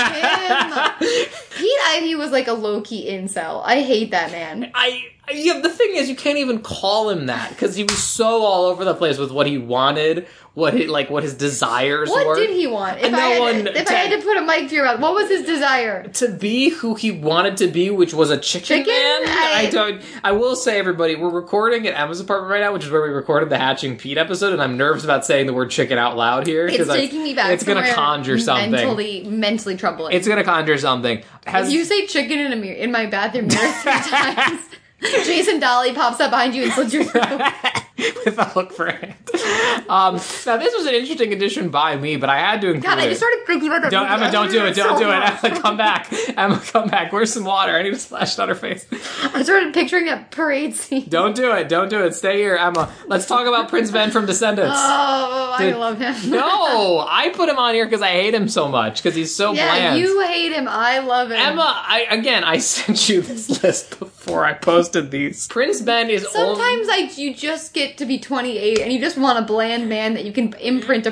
Speaker 2: him! Pete Ivy was like a low key incel. I hate that man.
Speaker 1: I I- yeah, the thing is, you can't even call him that because he was so all over the place with what he wanted, what he, like what his desires
Speaker 2: What
Speaker 1: were.
Speaker 2: did he want? If,
Speaker 1: And
Speaker 2: I
Speaker 1: no
Speaker 2: had,
Speaker 1: one-
Speaker 2: if I had to put a mic to your mouth, what was his desire?
Speaker 1: to be who he wanted to be, which was a chicken,
Speaker 2: Chicken?
Speaker 1: man. I,
Speaker 2: I-
Speaker 1: don't. I will say, everybody, we're recording at Emma's apartment right now, which is where we recorded the hatching Pete episode, and I'm nervous about saying the word chicken out loud here
Speaker 2: It's
Speaker 1: I-
Speaker 2: taking me back.
Speaker 1: It's gonna
Speaker 2: somewhere
Speaker 1: conjure something.
Speaker 2: mentally, mentally troubling.
Speaker 1: It's gonna conjure something. Has
Speaker 2: if you say chicken in a mirror in my bathroom mirror three times, Jason Dolly pops up behind you and slits your throat.
Speaker 1: with a hook for it. Um, now this was an interesting addition by me, but I had to include
Speaker 2: God, I
Speaker 1: it.
Speaker 2: just started.
Speaker 1: don't, Emma, don't do it. Don't do it. Emma, come back. Emma, come back. Where's some water? I need to splash it on her face.
Speaker 2: I started picturing a parade scene.
Speaker 1: Don't do it. Don't do it. Stay here, Emma. Let's talk about Prince Ben from Descendants.
Speaker 2: Oh, I
Speaker 1: Dude,
Speaker 2: love him.
Speaker 1: no, I put him on here because I hate him so much because he's so
Speaker 2: Yeah,
Speaker 1: bland.
Speaker 2: you hate him. I love him.
Speaker 1: Emma, I again, I sent you this list before I posted these. Prince Ben is only
Speaker 2: Sometimes I, you just get to be 28 and you just want a bland man that you can imprint a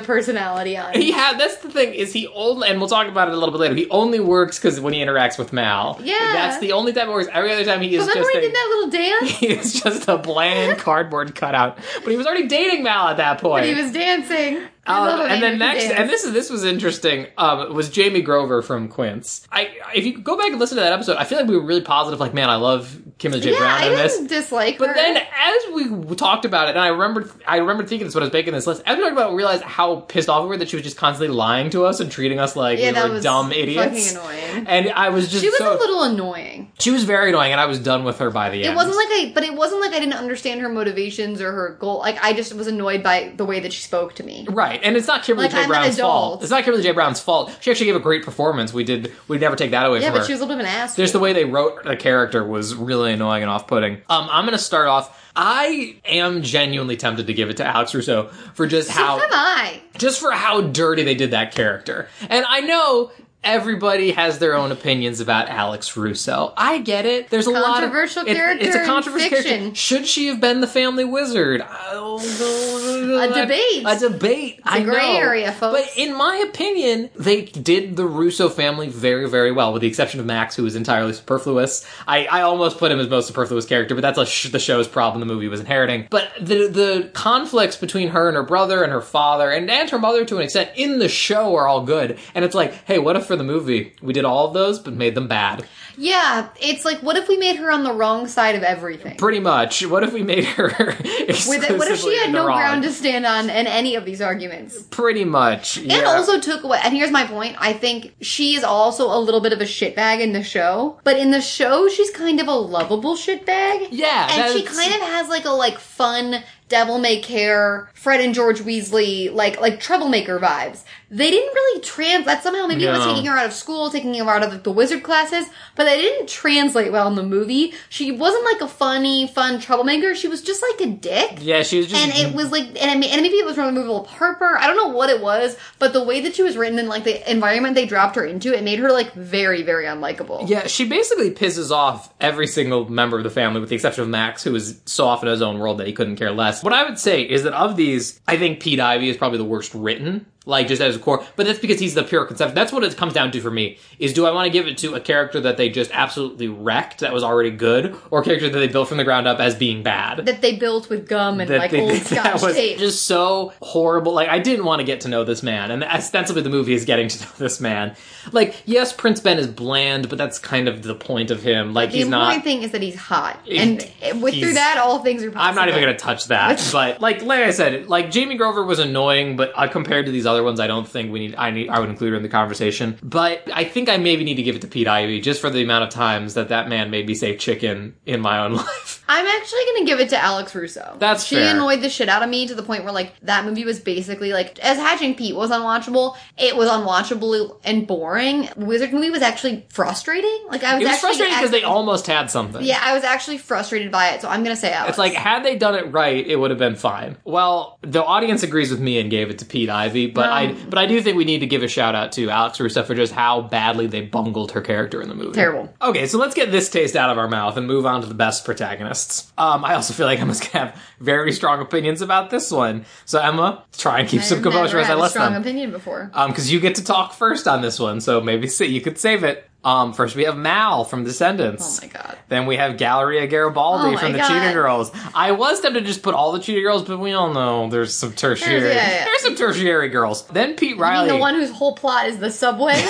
Speaker 2: personality on.
Speaker 1: He had. That's the thing is he only, and we'll talk about it a little bit later. He only works because when he interacts with Mal,
Speaker 2: Yeah.
Speaker 1: that's the only time it works. Every other time he is
Speaker 2: Remember
Speaker 1: just
Speaker 2: when he
Speaker 1: a,
Speaker 2: did that little dance?
Speaker 1: he is just a bland cardboard cutout. But he was already dating Mal at that point.
Speaker 2: When he was dancing. I
Speaker 1: Um,
Speaker 2: love a man
Speaker 1: and then
Speaker 2: who can
Speaker 1: next,
Speaker 2: dance.
Speaker 1: and this is this was interesting. Um, was Jamie Grover from Quince? I if you go back and listen to that episode, I feel like we were really positive. Like, man, I love Kim J
Speaker 2: yeah,
Speaker 1: Brown
Speaker 2: I
Speaker 1: in
Speaker 2: didn't
Speaker 1: this.
Speaker 2: dislike
Speaker 1: But
Speaker 2: her.
Speaker 1: then, as we talked about it, and I remembered, I remember thinking this when I was making this list. As we talked about, it, we realized how pissed off we were that she was just constantly lying to us and treating us like
Speaker 2: yeah, that
Speaker 1: we were
Speaker 2: was
Speaker 1: dumb idiots.
Speaker 2: fucking annoying.
Speaker 1: And I was just
Speaker 2: She was
Speaker 1: so
Speaker 2: a little annoying.
Speaker 1: she was very annoying, and I was done with her by the end.
Speaker 2: It wasn't like I, but it wasn't like I didn't understand her motivations or her goal. Like I just was annoyed by the way that she spoke to me.
Speaker 1: Right, and it's not Kimberly
Speaker 2: Like,
Speaker 1: J.
Speaker 2: I'm an
Speaker 1: Brown's fault.
Speaker 2: adult.
Speaker 1: It's not Kimberly J. Brown's fault. She actually gave a great performance. We did. We'd never take that away
Speaker 2: Yeah,
Speaker 1: from
Speaker 2: but
Speaker 1: her.
Speaker 2: she was a little bit of an asshole.
Speaker 1: Just the way they wrote the character was really annoying and off-putting. Um, I'm gonna start off. I am genuinely tempted to give it to Alex Russo for just
Speaker 2: so
Speaker 1: how
Speaker 2: am I.
Speaker 1: just for how dirty they did that character. And I know everybody has their own opinions about Alex Russo. I get it. There's a lot of
Speaker 2: Controversial
Speaker 1: it-
Speaker 2: character
Speaker 1: It's a
Speaker 2: in
Speaker 1: controversial character.
Speaker 2: fiction.
Speaker 1: Should she have been the family wizard? A
Speaker 2: A debate.
Speaker 1: A debate. It's
Speaker 2: a gray area, folks.
Speaker 1: But in my opinion, they did the Russo family very, very well, with the exception of Max, who was entirely superfluous. I, I almost put him as most superfluous character, but that's a sh- the show's problem. The movie was inheriting, but the the conflicts between her and her brother and her father and and her mother to an extent in the show are all good. And it's like, hey, what if for the movie we did all of those but made them bad?
Speaker 2: Yeah, it's like what if we made her on the wrong side of everything?
Speaker 1: Pretty much. What if we made her
Speaker 2: With it,
Speaker 1: exclusively
Speaker 2: what if she had
Speaker 1: in the
Speaker 2: no
Speaker 1: wrong?
Speaker 2: ground to stand on in any of these arguments?
Speaker 1: Pretty much.
Speaker 2: And
Speaker 1: yeah.
Speaker 2: also took away. And here's my point: I think she is also a little bit of a shitbag in the show, but in the show, she's kind of a lovable shitbag.
Speaker 1: Yeah,
Speaker 2: and she
Speaker 1: that's-
Speaker 2: kind of has like a like fun Devil May Care, Fred and George Weasley, like like troublemaker vibes. They didn't really trans. That somehow maybe it was
Speaker 1: No.
Speaker 2: taking her out of school, taking her out of the, the wizard classes, but that didn't translate well in the movie. She wasn't like a funny, fun troublemaker. She was just like a dick.
Speaker 1: Yeah, she was just
Speaker 2: And it was like, and, I mean, and maybe it was from the movie of Harper. I don't know what it was, but the way that she was written and like the environment they dropped her into, it made her like very, very unlikable.
Speaker 1: Yeah, she basically pisses off every single member of the family, with the exception of Max, who is so off in his own world that he couldn't care less. What I would say is that of these, I think Pete Ivy is probably the worst written, like just as a core. But that's because he's the pure conception. That's what it comes down to for me: is do I want to give it to a character that they just absolutely wrecked, that was already good, or a character that they built from the ground up as being bad?
Speaker 2: That they built with gum and like oh
Speaker 1: they-
Speaker 2: old
Speaker 1: that
Speaker 2: scotch
Speaker 1: was
Speaker 2: tape.
Speaker 1: just so horrible. Like I didn't want to get to know this man, and ostensibly the movie is getting to know this man. Like yes, Prince Ben is bland, but that's kind of the point of him. Like
Speaker 2: the
Speaker 1: he's
Speaker 2: important
Speaker 1: not.
Speaker 2: thing is that he's hot.
Speaker 1: He's-
Speaker 2: and with through
Speaker 1: he's-
Speaker 2: that, all things are possible.
Speaker 1: I'm not even gonna touch that, but like like I said, like Jamie Grover was annoying, but uh, compared to these other ones, I don't think we need. I need. I would include her in the conversation, but I think I maybe need to give it to Pete Ivy just for the amount of times that that man made me say chicken in my own life.
Speaker 2: I'm actually gonna give it to Alex Russo.
Speaker 1: That's
Speaker 2: she
Speaker 1: fair.
Speaker 2: annoyed the shit out of me to the point where like that movie was basically like as Hatching Pete was unwatchable, it was unwatchable and boring. Wizard movie was actually frustrating. Like I was,
Speaker 1: It was
Speaker 2: actually
Speaker 1: frustrating because they
Speaker 2: actually-
Speaker 1: almost had something.
Speaker 2: Yeah, I was actually frustrated by it, so I'm gonna say Alex.
Speaker 1: It's like had they done it right, it would have been fine. Well, the audience agrees with me and gave it to Pete Ivy, but I
Speaker 2: Um.
Speaker 1: but I do think we need to give a shout out to Alex Russo for just how badly they bungled her character in the movie.
Speaker 2: Terrible.
Speaker 1: Okay, so let's get this taste out of our mouth and move on to the best protagonists. Um, I also feel like Emma's gonna have very strong opinions about this one. So Emma, try and keep some
Speaker 2: I've
Speaker 1: composure
Speaker 2: never
Speaker 1: as I
Speaker 2: had a
Speaker 1: list
Speaker 2: strong
Speaker 1: them.
Speaker 2: opinion before.
Speaker 1: Um, because you get to talk first on this one, so maybe sa- you could save it. Um, first we have Mal from Descendants.
Speaker 2: oh my god.
Speaker 1: Then we have Galleria Garibaldi
Speaker 2: Oh
Speaker 1: from
Speaker 2: my
Speaker 1: the
Speaker 2: God.
Speaker 1: Cheetah Girls. I was tempted to just put all the Cheetah Girls, but we all know there's some tertiary.
Speaker 2: There's- yeah, yeah.
Speaker 1: There's some tertiary girls. Then Pete
Speaker 2: You mean
Speaker 1: Riley.
Speaker 2: the one whose whole plot is the subway?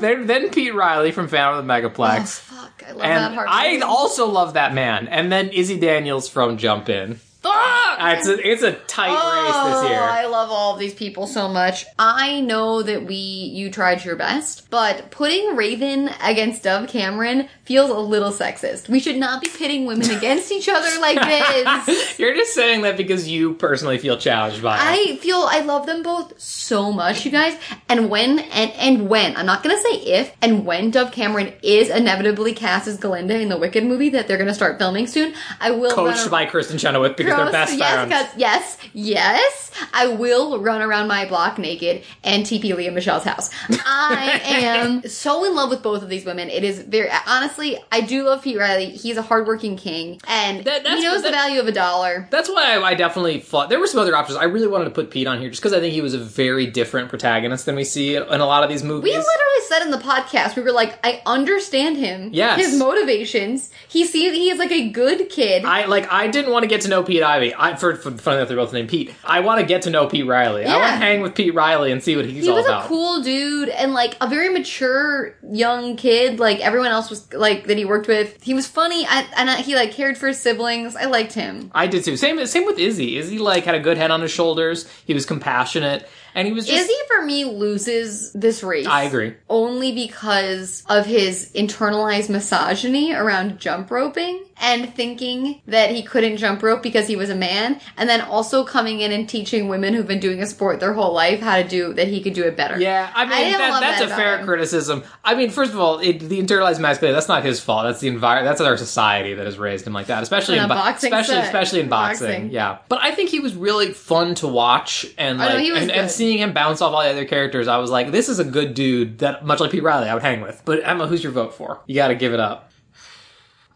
Speaker 1: then, then Pete Riley from Phantom of the
Speaker 2: oh
Speaker 1: Megaplex.
Speaker 2: fuck, I love that
Speaker 1: and
Speaker 2: heart.
Speaker 1: I also love that man. And then Izzy Daniels from Jump In. Uh, It's a, it's a tight race this year.
Speaker 2: Oh, I love all of these people so much. I know that we you tried your best, but putting Raven against Dove Cameron feels a little sexist. We should not be pitting women against each other like this.
Speaker 1: You're just saying that because you personally feel challenged by it.
Speaker 2: I feel I love them both so much, you guys. And when and and when I'm not gonna say if and when Dove Cameron is inevitably cast as Glinda in the Wicked movie that they're gonna start filming soon, I will run
Speaker 1: Coached by Kristen Chenoweth because they're
Speaker 2: Gross.
Speaker 1: best
Speaker 2: yes,
Speaker 1: friends.
Speaker 2: guys, yes, yes. I will run around my block naked and TP Leah Michelle's house. I am so in love with both of these women. It is very honestly, I do love Pete Riley. He's a hardworking king, and
Speaker 1: That- that's-
Speaker 2: he knows the
Speaker 1: that-
Speaker 2: value of a dollar.
Speaker 1: That's why I, I definitely thought there were some other options. I really wanted to put Pete on here just because I think he was a very different protagonist than we see in a lot of these movies.
Speaker 2: We literally said in the podcast, we were like, I understand him.
Speaker 1: Yes.
Speaker 2: His motivations. He sees he is like a good kid.
Speaker 1: I like. I didn't want to get to know Pete Ivy. I for, for funny that they're both named Pete. I want to get to know Pete Riley. I
Speaker 2: Yeah.
Speaker 1: want to hang with Pete Riley and see what he's
Speaker 2: he
Speaker 1: all
Speaker 2: was
Speaker 1: about.
Speaker 2: a cool dude and like a very mature young kid. Like everyone else was like that he worked with. He was funny I, and I, he like cared for his siblings. I liked him.
Speaker 1: I did too. Same same with Izzy. Izzy like had a good head on his shoulders. He was compassionate and he was just.
Speaker 2: Izzy for me loses this race.
Speaker 1: I agree.
Speaker 2: Only because of his internalized misogyny around jump roping and thinking that he couldn't jump rope because he was a man, and then also coming in and teaching women who've been doing a sport their whole life how to do that he could do it better.
Speaker 1: Yeah, I mean
Speaker 2: I didn't
Speaker 1: that,
Speaker 2: love
Speaker 1: that's
Speaker 2: that
Speaker 1: a
Speaker 2: about
Speaker 1: fair
Speaker 2: him.
Speaker 1: criticism. I mean, first of all, it, the internalized masculinity that's not his fault. That's the environment. That's our society that has raised him like that, especially
Speaker 2: On
Speaker 1: in
Speaker 2: a
Speaker 1: bo-
Speaker 2: boxing
Speaker 1: especially
Speaker 2: set.
Speaker 1: especially in boxing.
Speaker 2: Boxing.
Speaker 1: Yeah, but I think he was really fun to watch, and
Speaker 2: Oh,
Speaker 1: like
Speaker 2: no, he was
Speaker 1: and, and
Speaker 2: good.
Speaker 1: seeing him bounce off all the other characters, I was like, this is a good dude that much like Pete Riley, I would hang with. But Emma, who's your vote for? You got to give it up.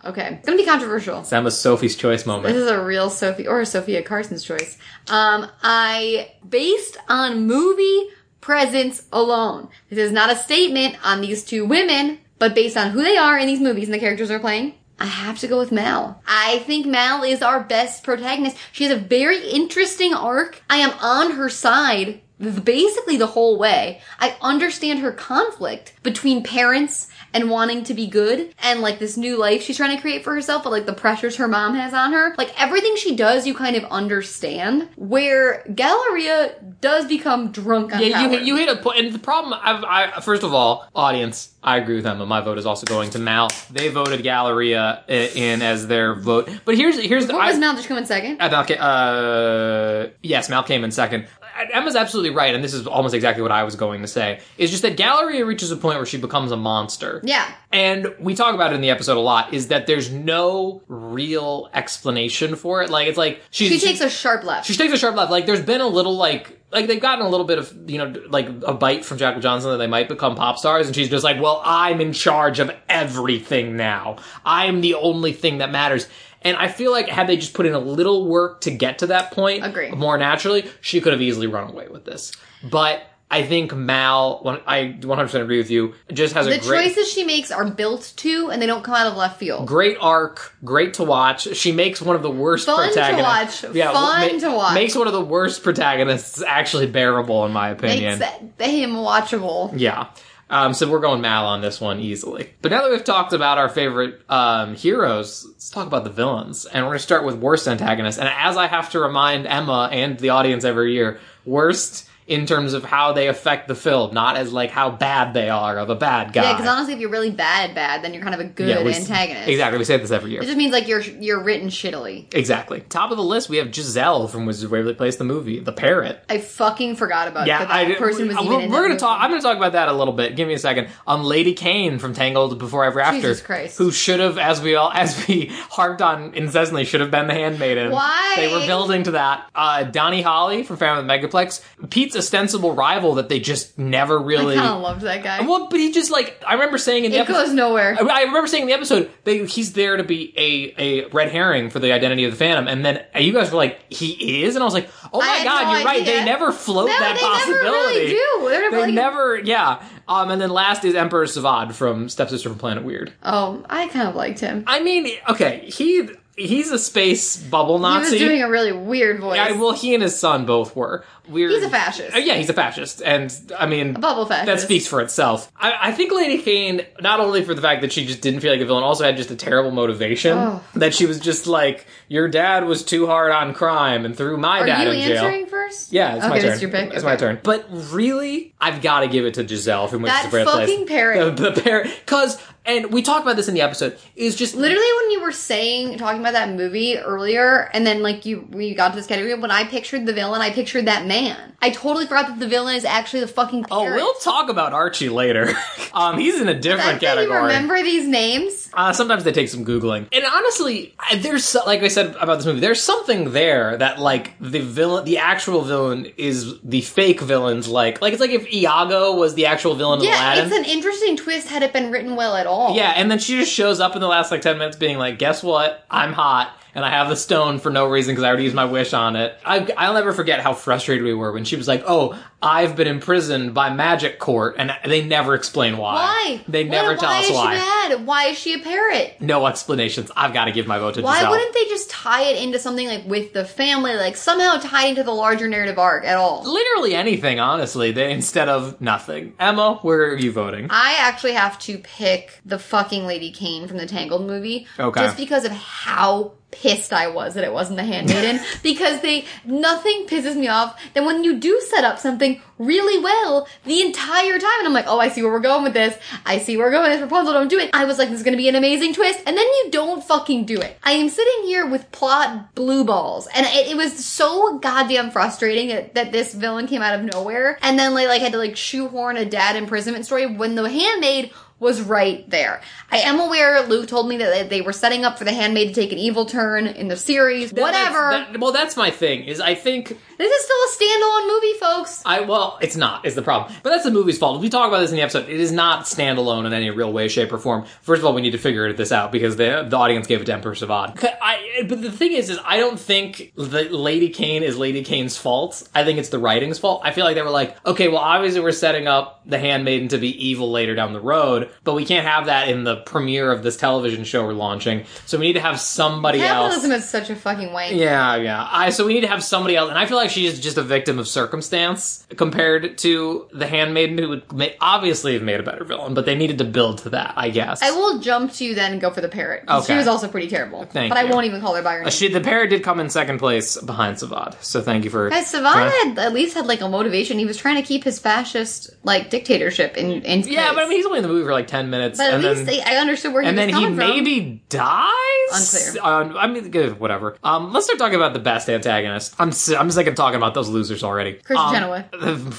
Speaker 2: Okay. It's gonna be controversial.
Speaker 1: It's Emma's Sophie's Choice moment.
Speaker 2: This is a real Sophie or Sophia Carson's choice. Um, I based on movie presence alone. This is not a statement on these two women, but based on who they are in these movies and the characters they're playing. I have to go with Mal. I think Mal is our best protagonist. She has a very interesting arc. I am on her side th- basically the whole way. I understand her conflict between parents and wanting to be good and like this new life she's trying to create for herself, but like the pressures her mom has on her. Like everything she does, you kind of understand. Where Galleria does become drunk on
Speaker 1: Yeah, you,
Speaker 2: power.
Speaker 1: you hit a point. And the problem, I've, I first of all, audience, I agree with them, but my vote is also going to Mal. They voted Galleria i- in as their vote. But here's here's the
Speaker 2: what
Speaker 1: I,
Speaker 2: was Mal just coming second?
Speaker 1: Mal ca- uh, yes, Mal came in second. I- Emma's absolutely right, and this is almost exactly what I was going to say. Is just that Galleria reaches a point where she becomes a monster.
Speaker 2: yeah.
Speaker 1: And we talk about it in the episode a lot. Is that there's no real explanation for it? Like it's like she's,
Speaker 2: She takes a sharp left.
Speaker 1: she takes a sharp left. Like there's been a little like like they've gotten a little bit of you know like a bite from Jackal Johnson that they might become pop stars, and she's just like, well, I'm in charge of everything now. I'm the only thing that matters. And I feel like had they just put in a little work to get to that point,
Speaker 2: Agree.
Speaker 1: more naturally, she could have easily run away with this. But I think Mal, one- I 100% agree with you, just has
Speaker 2: the
Speaker 1: a great
Speaker 2: choices she makes are built to and they don't come out of left field.
Speaker 1: Great arc, great to watch. She makes one of the worst
Speaker 2: Fun to
Speaker 1: protagonists.
Speaker 2: watch, fun to watch.
Speaker 1: Makes one of the worst protagonists actually bearable, in my
Speaker 2: Makes
Speaker 1: opinion.
Speaker 2: that- him watchable.
Speaker 1: yeah. Um, so we're going Mal on this one easily. But now that we've talked about our favorite um, heroes, let's talk about the villains. And we're going to start with worst antagonist. And as I have to remind Emma and the audience every year, worst in terms of how they affect the film, not as like how bad they are of a bad guy.
Speaker 2: Yeah, because honestly, if you're really bad at bad, then you're kind of a good
Speaker 1: Yeah, we-
Speaker 2: antagonist.
Speaker 1: Exactly. We say this every year.
Speaker 2: It just means like you're you're written shittily.
Speaker 1: Exactly. Top of the list, we have Giselle from Wizards of Waverly Place, the movie, the parrot.
Speaker 2: I fucking forgot about
Speaker 1: Yeah,
Speaker 2: that, that
Speaker 1: I-
Speaker 2: person was
Speaker 1: we're,
Speaker 2: even in
Speaker 1: we're
Speaker 2: that
Speaker 1: gonna
Speaker 2: movie.
Speaker 1: talk. I'm gonna talk about that a little bit. Give me a second. Um, Lady Kane from Tangled, Before Ever After,
Speaker 2: Jesus Christ.
Speaker 1: who should have, as we all, as we harped on incessantly, should have been the handmaiden.
Speaker 2: Why?
Speaker 1: they were building to that? Uh, Donnie Holly from Family Megaplex, Pete's ostensible rival that they just never
Speaker 2: I
Speaker 1: really.
Speaker 2: kind of loved that guy.
Speaker 1: well, but he just like I remember saying in the
Speaker 2: it
Speaker 1: episode,
Speaker 2: goes nowhere.
Speaker 1: I, I remember saying in the episode that he's there to be a, a red herring for the identity of the Phantom, and then you guys were like, "He is," and I was like, "Oh
Speaker 2: I
Speaker 1: my
Speaker 2: had
Speaker 1: god,
Speaker 2: no
Speaker 1: you're right." They
Speaker 2: idea.
Speaker 1: never float
Speaker 2: no,
Speaker 1: that
Speaker 2: they
Speaker 1: possibility.
Speaker 2: never really do. They're
Speaker 1: They
Speaker 2: like,
Speaker 1: never, yeah. Um, and then last is Emperor Savad from Stepsister from Planet Weird.
Speaker 2: oh, I kind of liked him.
Speaker 1: I mean, okay, he he's a space bubble
Speaker 2: He was
Speaker 1: Nazi.
Speaker 2: doing a really weird voice.
Speaker 1: Yeah, well, he and his son both were. Weird.
Speaker 2: He's a fascist.
Speaker 1: Uh, yeah, he's a fascist, and I mean,
Speaker 2: Bubble fascist.
Speaker 1: that speaks for itself. I, I think Lady Kane, not only for the fact that she just didn't feel like a villain, also had just a terrible motivation
Speaker 2: Oh.
Speaker 1: that she was just like, "Your dad was too hard on crime and threw my
Speaker 2: Are you
Speaker 1: dad in jail."
Speaker 2: answering first?
Speaker 1: Yeah, it's
Speaker 2: okay,
Speaker 1: my turn.
Speaker 2: It's your pick.
Speaker 1: It's
Speaker 2: okay.
Speaker 1: my turn. But really, I've got to give it to Giselle from Wizards
Speaker 2: That
Speaker 1: of Waverly Place.
Speaker 2: fucking parrot.
Speaker 1: The, the parrot, because and we talked about this in the episode. Is just
Speaker 2: Literally, when you were saying talking about that movie earlier, and then like you we got to this category, when I pictured the villain, I pictured that man. I totally forgot that the villain is actually the fucking.
Speaker 1: Oh,
Speaker 2: parrot.
Speaker 1: we'll talk about Archie later. um, he's in a
Speaker 2: The
Speaker 1: different
Speaker 2: fact that you
Speaker 1: category.
Speaker 2: remember these names?
Speaker 1: Uh, sometimes they take some googling, and honestly, I- there's so- like I said about this movie, there's something there that like the villain, the actual villain, is the fake villain's like like it's like if Iago was the actual villain in
Speaker 2: Yeah,
Speaker 1: Aladdin.
Speaker 2: it's an interesting twist. Had it been written well at all?
Speaker 1: yeah, and then she just shows up in the last like ten minutes, being like, "Guess what? I'm hot, and I have the stone for no reason because I already used my wish on it." I, I'll never forget how frustrated we were when she was like, "Oh, I've been imprisoned by magic court," and they never explain why.
Speaker 2: Why?
Speaker 1: They never
Speaker 2: why,
Speaker 1: tell
Speaker 2: why
Speaker 1: us
Speaker 2: is
Speaker 1: why.
Speaker 2: She mad? Why is she a parrot?
Speaker 1: No explanations. I've got to give my vote to
Speaker 2: Why
Speaker 1: Giselle.
Speaker 2: wouldn't they just tie it into something like with the family, like somehow tie into the larger narrative arc at all?
Speaker 1: literally anything, honestly. They instead of nothing. Emma, where are you voting?
Speaker 2: I actually have to pick the fucking Lady Kane from the Tangled movie,
Speaker 1: Okay.
Speaker 2: just because of how pissed I was that it wasn't the Handmaiden. because they nothing pisses me off than when you do set up something really well the entire time, and I'm like, oh, I see where we're going with this. I see where we're going with this. Rapunzel, don't do it. I was like, this is gonna be an amazing twist, and then you don't fucking do it. I am sitting here with plot blue balls, and it, it was so goddamn frustrating that, that this villain came out of nowhere, and then like, like had to like shoehorn a dad imprisonment story when the handmaid was right there. I am aware Luke told me that they- they were setting up for the handmaid to take an evil turn in the series. Whatever.
Speaker 1: That's- that- well, that's my thing. Is I think
Speaker 2: this is still a standalone movie, folks.
Speaker 1: I well, it's not is the problem. But that's the movie's fault. We talk about this in the episode. It is not standalone in any real way, shape, or form. First of all, we need to figure this out because the the audience gave it to Emperor Savad. I, but the thing is, is I don't think that Lady Kane is Lady Kane's fault. I think it's the writing's fault. I feel like they were like, okay, well, obviously we're setting up the Handmaiden to be evil later down the road, but we can't have that in the premiere of this television show we're launching. So we need to have somebody else.
Speaker 2: Capitalism is such a fucking wank.
Speaker 1: Yeah, yeah. I so we need to have somebody else, and I feel like she is just a victim of circumstance compared to the handmaiden, who would ma- obviously have made a better villain, but they needed to build to that, I guess.
Speaker 2: I will jump to you then and go for the parrot. 'cause She
Speaker 1: Okay.
Speaker 2: was also pretty terrible.
Speaker 1: Thank
Speaker 2: but I
Speaker 1: you. Uh,
Speaker 2: won't even call her by her name.
Speaker 1: she, the parrot did come in second place behind Savad, so thank you for.
Speaker 2: Guys, Savant had, at least had like a motivation. He was trying to keep his fascist like dictatorship in in
Speaker 1: yeah,
Speaker 2: place.
Speaker 1: but I mean, he's only in the movie for like ten minutes,
Speaker 2: But at
Speaker 1: and
Speaker 2: least
Speaker 1: then
Speaker 2: they- I understood where he
Speaker 1: and
Speaker 2: was
Speaker 1: then he
Speaker 2: coming from.
Speaker 1: maybe dies.
Speaker 2: Unclear.
Speaker 1: Um, I mean, good, whatever. Um, let's start talking about the best antagonist. I'm s- I'm sick of talking about those losers already.
Speaker 2: Kristen
Speaker 1: um,
Speaker 2: Chenoweth.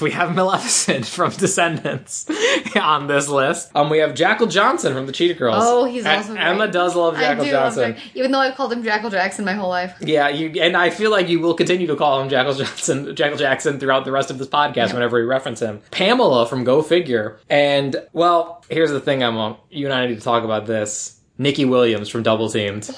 Speaker 1: We have Maleficent from Descendants on this list. Um, we have Jackal Johnson from the Cheetah Girls.
Speaker 2: Oh, he's
Speaker 1: And
Speaker 2: also great.
Speaker 1: Emma does love
Speaker 2: I
Speaker 1: Jackal
Speaker 2: do love
Speaker 1: Johnson.
Speaker 2: Jack- even though I've called him Jackal Jackson my whole life.
Speaker 1: Yeah, you and I feel like you will continue to call him Jackal Johnson, Jackal Jackson throughout the rest of this podcast whenever we reference him. Pamela from Go Figure, and well, here's the thing, Emma. You and I need to talk about this. Nikki Williams from Double Teamed.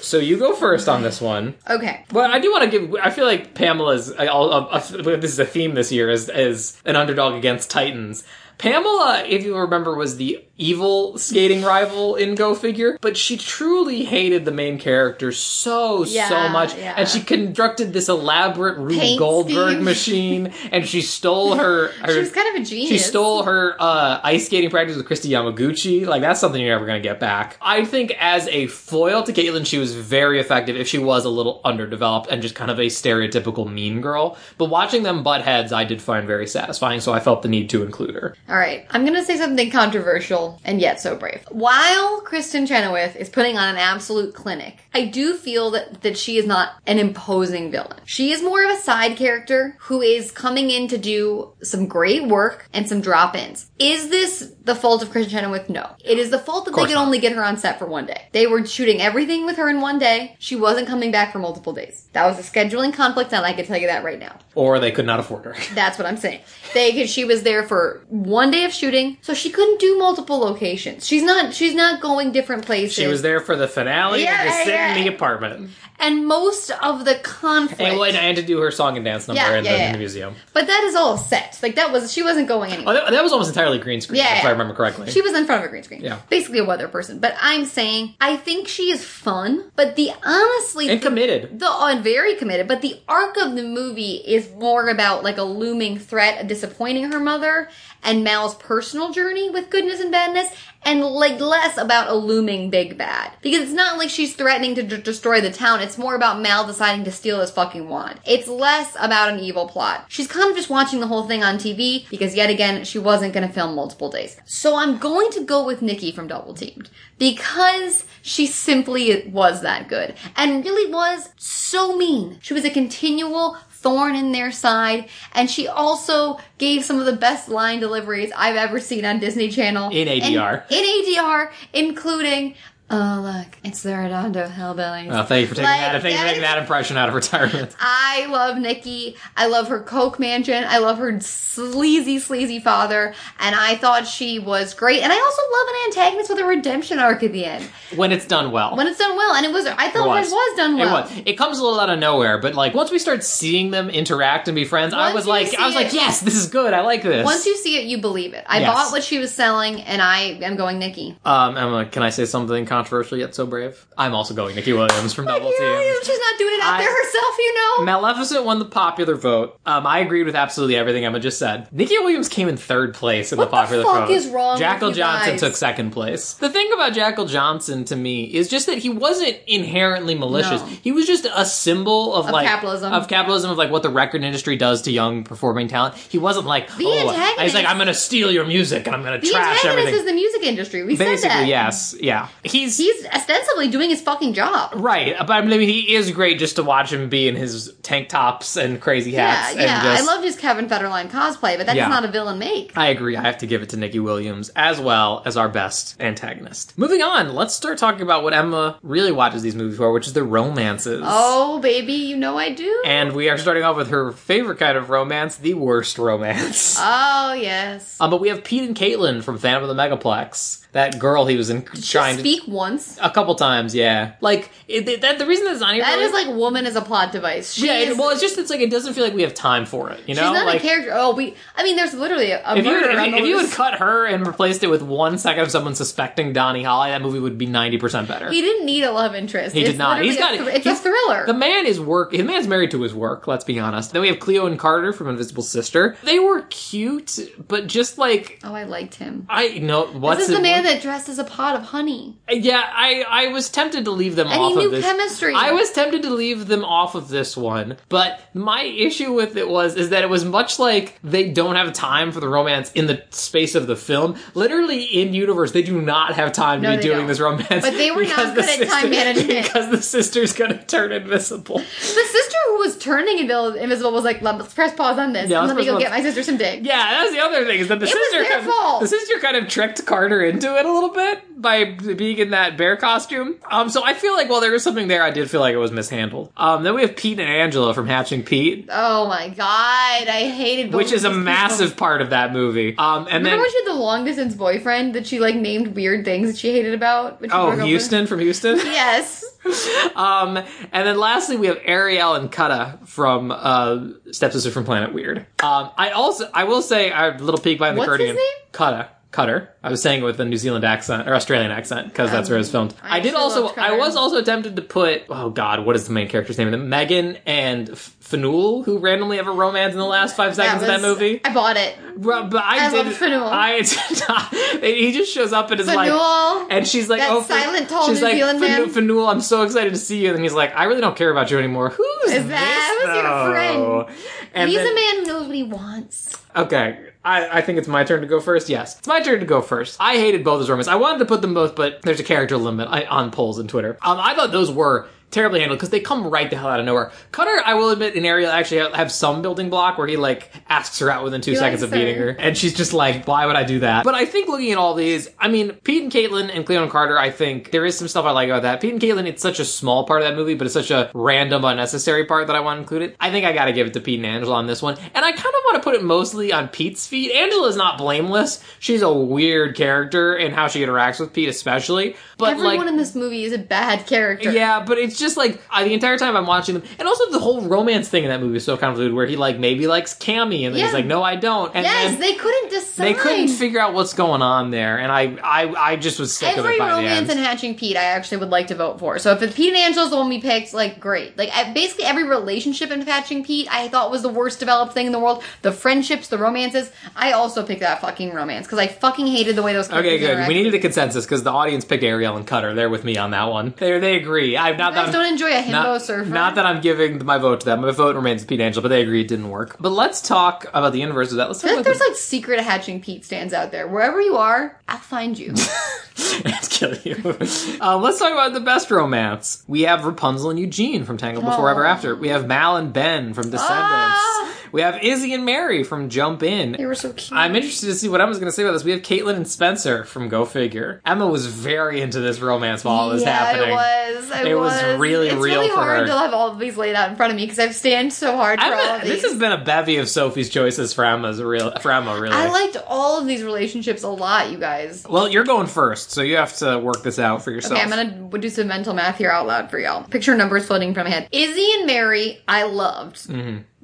Speaker 1: So you go first on this one.
Speaker 2: Okay.
Speaker 1: But I do want to give. I feel like Pamela's. I- I'll- I'll- this is a theme this year is is an underdog against Titans. Pamela, if you remember, was the evil skating rival in Go Figure, but she truly hated the main character so
Speaker 2: Yeah,
Speaker 1: so much,
Speaker 2: yeah.
Speaker 1: and she constructed this elaborate Rube
Speaker 2: Paint
Speaker 1: Goldberg
Speaker 2: scheme.
Speaker 1: machine, and she stole her. her
Speaker 2: She was kind of a genius.
Speaker 1: she stole her uh, ice skating practice with Christy Yamaguchi. Like that's something you're never going to get back. I think as a foil to Caitlyn, she was very effective. If she was a little underdeveloped and just kind of a stereotypical mean girl, but watching them butt heads, I did find very satisfying. So I felt the need to include her.
Speaker 2: All right, I'm gonna say something controversial and yet so brave. While Kristen Chenoweth is putting on an absolute clinic, I do feel that that she is not an imposing villain. She is more of a side character who is coming in to do some great work and some drop-ins. Is this the fault of Kristen Chenoweth? No, it is the fault that they
Speaker 1: course
Speaker 2: could
Speaker 1: not.
Speaker 2: only get her on set for one day. They were shooting everything with her in one day. She wasn't coming back for multiple days. That was a scheduling conflict, and I can tell you that right now.
Speaker 1: Or they could not afford her.
Speaker 2: That's what I'm saying. They could, she was there for one day of shooting, so she couldn't do multiple locations. She's not she's not going different places.
Speaker 1: she was there for the finale
Speaker 2: Yeah,
Speaker 1: and just sitting in
Speaker 2: yeah.
Speaker 1: the apartment.
Speaker 2: and most of the conflict.
Speaker 1: And, well, and and to do her song and dance number
Speaker 2: Yeah,
Speaker 1: in,
Speaker 2: yeah,
Speaker 1: the,
Speaker 2: yeah.
Speaker 1: in the museum.
Speaker 2: but that is all set. Like that was she wasn't going anywhere.
Speaker 1: Oh, that, that was almost entirely green screen,
Speaker 2: Yeah,
Speaker 1: if
Speaker 2: yeah.
Speaker 1: I remember correctly.
Speaker 2: She was in front of a green screen.
Speaker 1: Oh, Yeah.
Speaker 2: Basically a weather person. But I'm saying I think she is fun, but the honestly
Speaker 1: and committed.
Speaker 2: the oh, and very committed, but the arc of the movie is more about like a looming threat of disappointing her mother and Mal's personal journey with goodness and badness, and like less about a looming big bad because it's not like she's threatening to d- destroy the town. It's more about Mal deciding to steal his fucking wand. It's less about an evil plot. She's kind of just watching the whole thing on TV because yet again she wasn't going to film multiple days. So I'm going to go with Nikki from Double Teamed because she simply was that good and really was so mean. She was a continual thorn in their side and she also gave some of the best line deliveries I've ever seen on Disney Channel
Speaker 1: In ADR.
Speaker 2: And- in ADR including oh look it's the Redondo Hellbillies
Speaker 1: Oh, thank you for taking
Speaker 2: Like,
Speaker 1: that. Thank you for
Speaker 2: that
Speaker 1: making
Speaker 2: is-
Speaker 1: that impression out of retirement.
Speaker 2: I love Nikki. I love her Coke mansion. I love her sleazy, sleazy father. And I thought she was great. And I also love an antagonist with a redemption arc at the end
Speaker 1: when it's done well.
Speaker 2: when it's done well. And it was, I thought it was, done well.
Speaker 1: It was. It comes a little out of nowhere, but like once we start seeing them interact and be friends, I was
Speaker 2: Once you
Speaker 1: like, I was
Speaker 2: see
Speaker 1: like,
Speaker 2: it-
Speaker 1: yes, this is good. I like this.
Speaker 2: Once you see it, you believe it. I
Speaker 1: Yes.
Speaker 2: bought what she was selling, and I am going Nikki.
Speaker 1: um, Emma, can I say something controversial yet so brave? I'm also going Nikki Williams from Double
Speaker 2: Yeah,
Speaker 1: Team.
Speaker 2: she's not doing it out
Speaker 1: I-
Speaker 2: there herself, you know.
Speaker 1: Maleficent won the popular vote. Um, I agreed with absolutely everything Emma just said. Nikki Williams came in third place in
Speaker 2: What
Speaker 1: the
Speaker 2: the
Speaker 1: popular
Speaker 2: fuck
Speaker 1: vote.
Speaker 2: is wrong with
Speaker 1: Jackal
Speaker 2: you
Speaker 1: Johnson
Speaker 2: guys?
Speaker 1: took second place. The thing about Jackal Johnson to me is just that he wasn't inherently malicious.
Speaker 2: No.
Speaker 1: He was just a symbol of, like
Speaker 2: capitalism.
Speaker 1: of capitalism of like what the record industry does to young performing talent. He wasn't like oh,
Speaker 2: antagonist-
Speaker 1: he's like I'm going to steal your music and I'm going to
Speaker 2: the
Speaker 1: trash
Speaker 2: antagonist
Speaker 1: everything.
Speaker 2: is the music industry. We said that.
Speaker 1: Basically, yes, yeah. He's
Speaker 2: He's ostensibly doing his fucking job.
Speaker 1: Right, uh, but I mean, he is great just to watch him be in his tank tops and crazy hats.
Speaker 2: yeah, yeah.
Speaker 1: and just,
Speaker 2: I loved his Kevin Federline cosplay, but that does
Speaker 1: Yeah.
Speaker 2: not a villain make.
Speaker 1: I agree. I have to give it to Nikki Williams as well as our best antagonist. Moving on, let's start talking about what Emma really watches these movies for, which is the romances.
Speaker 2: Oh, baby, you know I do.
Speaker 1: And we are starting off with her favorite kind of romance, the worst romance.
Speaker 2: oh, yes.
Speaker 1: Um, but we have Pete and Caitlin from Phantom of the Megaplex. That girl he was in trying to
Speaker 2: Speak once.
Speaker 1: a couple times, yeah. Like it, it- that, the reason that's on here
Speaker 2: That
Speaker 1: really-
Speaker 2: is like woman as a plot device. She
Speaker 1: yeah.
Speaker 2: is,
Speaker 1: It, well, it's just it's like it doesn't feel like we have time for it. You know,
Speaker 2: she's not
Speaker 1: like
Speaker 2: a character. Oh, we. I mean, there's literally a, a
Speaker 1: if you
Speaker 2: murder.
Speaker 1: if,
Speaker 2: on
Speaker 1: you-
Speaker 2: the
Speaker 1: if you had
Speaker 2: loose.
Speaker 1: cut her and replaced it with one second of someone suspecting Donnie Holly, that movie would be ninety percent better.
Speaker 2: he didn't need a love interest.
Speaker 1: He
Speaker 2: it's
Speaker 1: did not.
Speaker 2: literally
Speaker 1: He's got
Speaker 2: a,
Speaker 1: it.
Speaker 2: thr- It's a
Speaker 1: He's-
Speaker 2: thriller.
Speaker 1: The man is work. His man's married to his work. Let's be honest. Then we have Cleo and Carter from Invisible Sister. They were cute, but just like
Speaker 2: oh, I liked him.
Speaker 1: I know what's
Speaker 2: This is the
Speaker 1: it-
Speaker 2: man that dressed as a pot of honey,
Speaker 1: Yeah, I I was tempted to leave them
Speaker 2: and
Speaker 1: off
Speaker 2: he knew
Speaker 1: of this.
Speaker 2: chemistry.
Speaker 1: I was tempted to leave them off of this one, but my issue with it was is that it was much like they don't have time for the romance in the space of the film. Literally in universe, they do not have time to
Speaker 2: No,
Speaker 1: be
Speaker 2: they
Speaker 1: doing
Speaker 2: don't.
Speaker 1: this romance.
Speaker 2: But they were
Speaker 1: because
Speaker 2: not
Speaker 1: the
Speaker 2: good at time management.
Speaker 1: because the sister's gonna turn invisible.
Speaker 2: the sister who was turning invil- invisible was like, "Let's press pause on this,
Speaker 1: Yeah,
Speaker 2: and
Speaker 1: let's
Speaker 2: let me
Speaker 1: press
Speaker 2: go
Speaker 1: pause.
Speaker 2: get my sister some dick."
Speaker 1: Yeah, that's the other thing is that the
Speaker 2: It was
Speaker 1: sister
Speaker 2: their
Speaker 1: kind of,
Speaker 2: fault.
Speaker 1: the sister kind of tricked Carter into it a little bit by being in that bear costume. Um, so I feel like while there was something there, I did feel like it was mishandled. Um, then we have Pete and Angela from Hatching Pete,
Speaker 2: Oh my god, I hated. both
Speaker 1: which
Speaker 2: of
Speaker 1: is a
Speaker 2: these people.
Speaker 1: massive part of that movie. Um, and
Speaker 2: Remember
Speaker 1: then
Speaker 2: when she had the long distance boyfriend that she like named weird things that she hated about? when she broke
Speaker 1: oh
Speaker 2: up with-
Speaker 1: Houston from Houston.
Speaker 2: Yes.
Speaker 1: um, and then lastly we have Ariel and Kutta from uh, Stepsister from Planet Weird. Um, I also I will say I have a little peek behind the
Speaker 2: What's
Speaker 1: curtain.
Speaker 2: his name?
Speaker 1: Cutter. Cutter. I was saying it with a New Zealand accent or Australian accent because that's where it was filmed.
Speaker 2: I
Speaker 1: I, did
Speaker 2: actually
Speaker 1: also.
Speaker 2: loved Cutter.
Speaker 1: I was also tempted to put. Oh God, what is the main character's name? Megan and F- Fanul, who randomly have a romance in the last five seconds of
Speaker 2: was-
Speaker 1: that movie.
Speaker 2: I bought it.
Speaker 1: Bro, but I,
Speaker 2: I
Speaker 1: did.
Speaker 2: loved Fanul.
Speaker 1: I did not. He just shows up and is like.
Speaker 2: Faneuil.
Speaker 1: And she's like,
Speaker 2: That
Speaker 1: oh, Fan-
Speaker 2: silent, tall
Speaker 1: she's
Speaker 2: New
Speaker 1: like,
Speaker 2: Zealand man.
Speaker 1: "Fanu- Fanul, I'm so excited to see you. And he's like, I really don't care about you anymore. Who's
Speaker 2: Is that-
Speaker 1: this,
Speaker 2: who's your
Speaker 1: though?"
Speaker 2: friend?
Speaker 1: And
Speaker 2: He's
Speaker 1: then-
Speaker 2: a man who knows what he wants.
Speaker 1: Okay, I, I think it's my turn to go first. Yes, it's my turn to go first. I hated both as romances. I wanted to put them both, but there's a character limit I, on polls and Twitter. Um, I thought those were terribly handled because they come right the hell out of nowhere. Cutter, I will admit, and Ariel actually have, have some building block where he like asks her out within two
Speaker 2: He
Speaker 1: seconds of
Speaker 2: likes
Speaker 1: meeting her,
Speaker 2: her.
Speaker 1: and she's just like, "Why would I do that?" But I think looking at all these, I mean, Pete and Caitlin and Cleo and Carter, I think there is some stuff I like about that. Pete and Caitlin, it's such a small part of that movie, but it's such a random, unnecessary part that I want included. I think I got to give it to Pete and Angela on this one, and I kind of want to put it mostly on Pete's feet. Angela's not blameless; she's a weird character and how she interacts with Pete, especially. But
Speaker 2: Everyone
Speaker 1: like,
Speaker 2: in this movie is a bad character.
Speaker 1: yeah, but it's just like I, the entire time I'm watching them, and also the whole romance thing in that movie is so convoluted. Where he like maybe likes Cammy, and then he's
Speaker 2: Yeah.
Speaker 1: like, "No, I don't." And
Speaker 2: Yes,
Speaker 1: then
Speaker 2: they couldn't decide.
Speaker 1: they couldn't figure out what's going on there, and I, I, I just was sick of
Speaker 2: Every
Speaker 1: it by
Speaker 2: romance
Speaker 1: the
Speaker 2: in
Speaker 1: end.
Speaker 2: Hatching Pete, I actually would like to vote for. So if it's Pete and Angela's the one we picked, like great. Like I, basically every relationship in Hatching Pete, I thought was the worst developed thing in the world. The friendships, the romances. I also picked that fucking romance because I fucking hated the way those.
Speaker 1: Okay,
Speaker 2: characters
Speaker 1: good.
Speaker 2: interacted.
Speaker 1: We needed a consensus because the audience picked Ariel and Cutter. They're with me on that one. They they agree. I not that
Speaker 2: You guys
Speaker 1: I'm,
Speaker 2: don't enjoy a himbo
Speaker 1: not,
Speaker 2: surfer.
Speaker 1: not that I'm giving my vote to them. My vote remains Pete and Angela, but they agree it didn't work. But let's talk about the inverse of that. Let's
Speaker 2: I
Speaker 1: talk
Speaker 2: feel
Speaker 1: about
Speaker 2: like there's
Speaker 1: the-
Speaker 2: like secret hatching Pete stands out there. Wherever you are, I'll find you.
Speaker 1: That's killing you. Um, let's talk about the best romance. We have Rapunzel and Eugene from Tangled Before
Speaker 2: Oh.
Speaker 1: Ever After. We have Mal and Ben from Descendants.
Speaker 2: Ah.
Speaker 1: We have Izzy and Mary from Jump
Speaker 2: they
Speaker 1: In.
Speaker 2: were so cute.
Speaker 1: I'm interested to see what Emma's going to say about this. We have Caitlin and Spencer from Go Figure. Emma was very into this romance while all this
Speaker 2: yeah,
Speaker 1: happening.
Speaker 2: it was. It,
Speaker 1: It was really
Speaker 2: it's
Speaker 1: real
Speaker 2: really
Speaker 1: for
Speaker 2: hard
Speaker 1: her.
Speaker 2: to have all of these laid out in front of me because I've stand so hard for all
Speaker 1: Emma,
Speaker 2: of these.
Speaker 1: this has been a bevy of Sophie's choices for Emma's real for Emma really.
Speaker 2: I liked all of these relationships a lot, you guys.
Speaker 1: well, you're going first, so you have to work this out for yourself.
Speaker 2: Okay, I'm gonna we'll do some mental math here out loud for y'all. Picture numbers floating from my head. Izzy and Mary, I loved.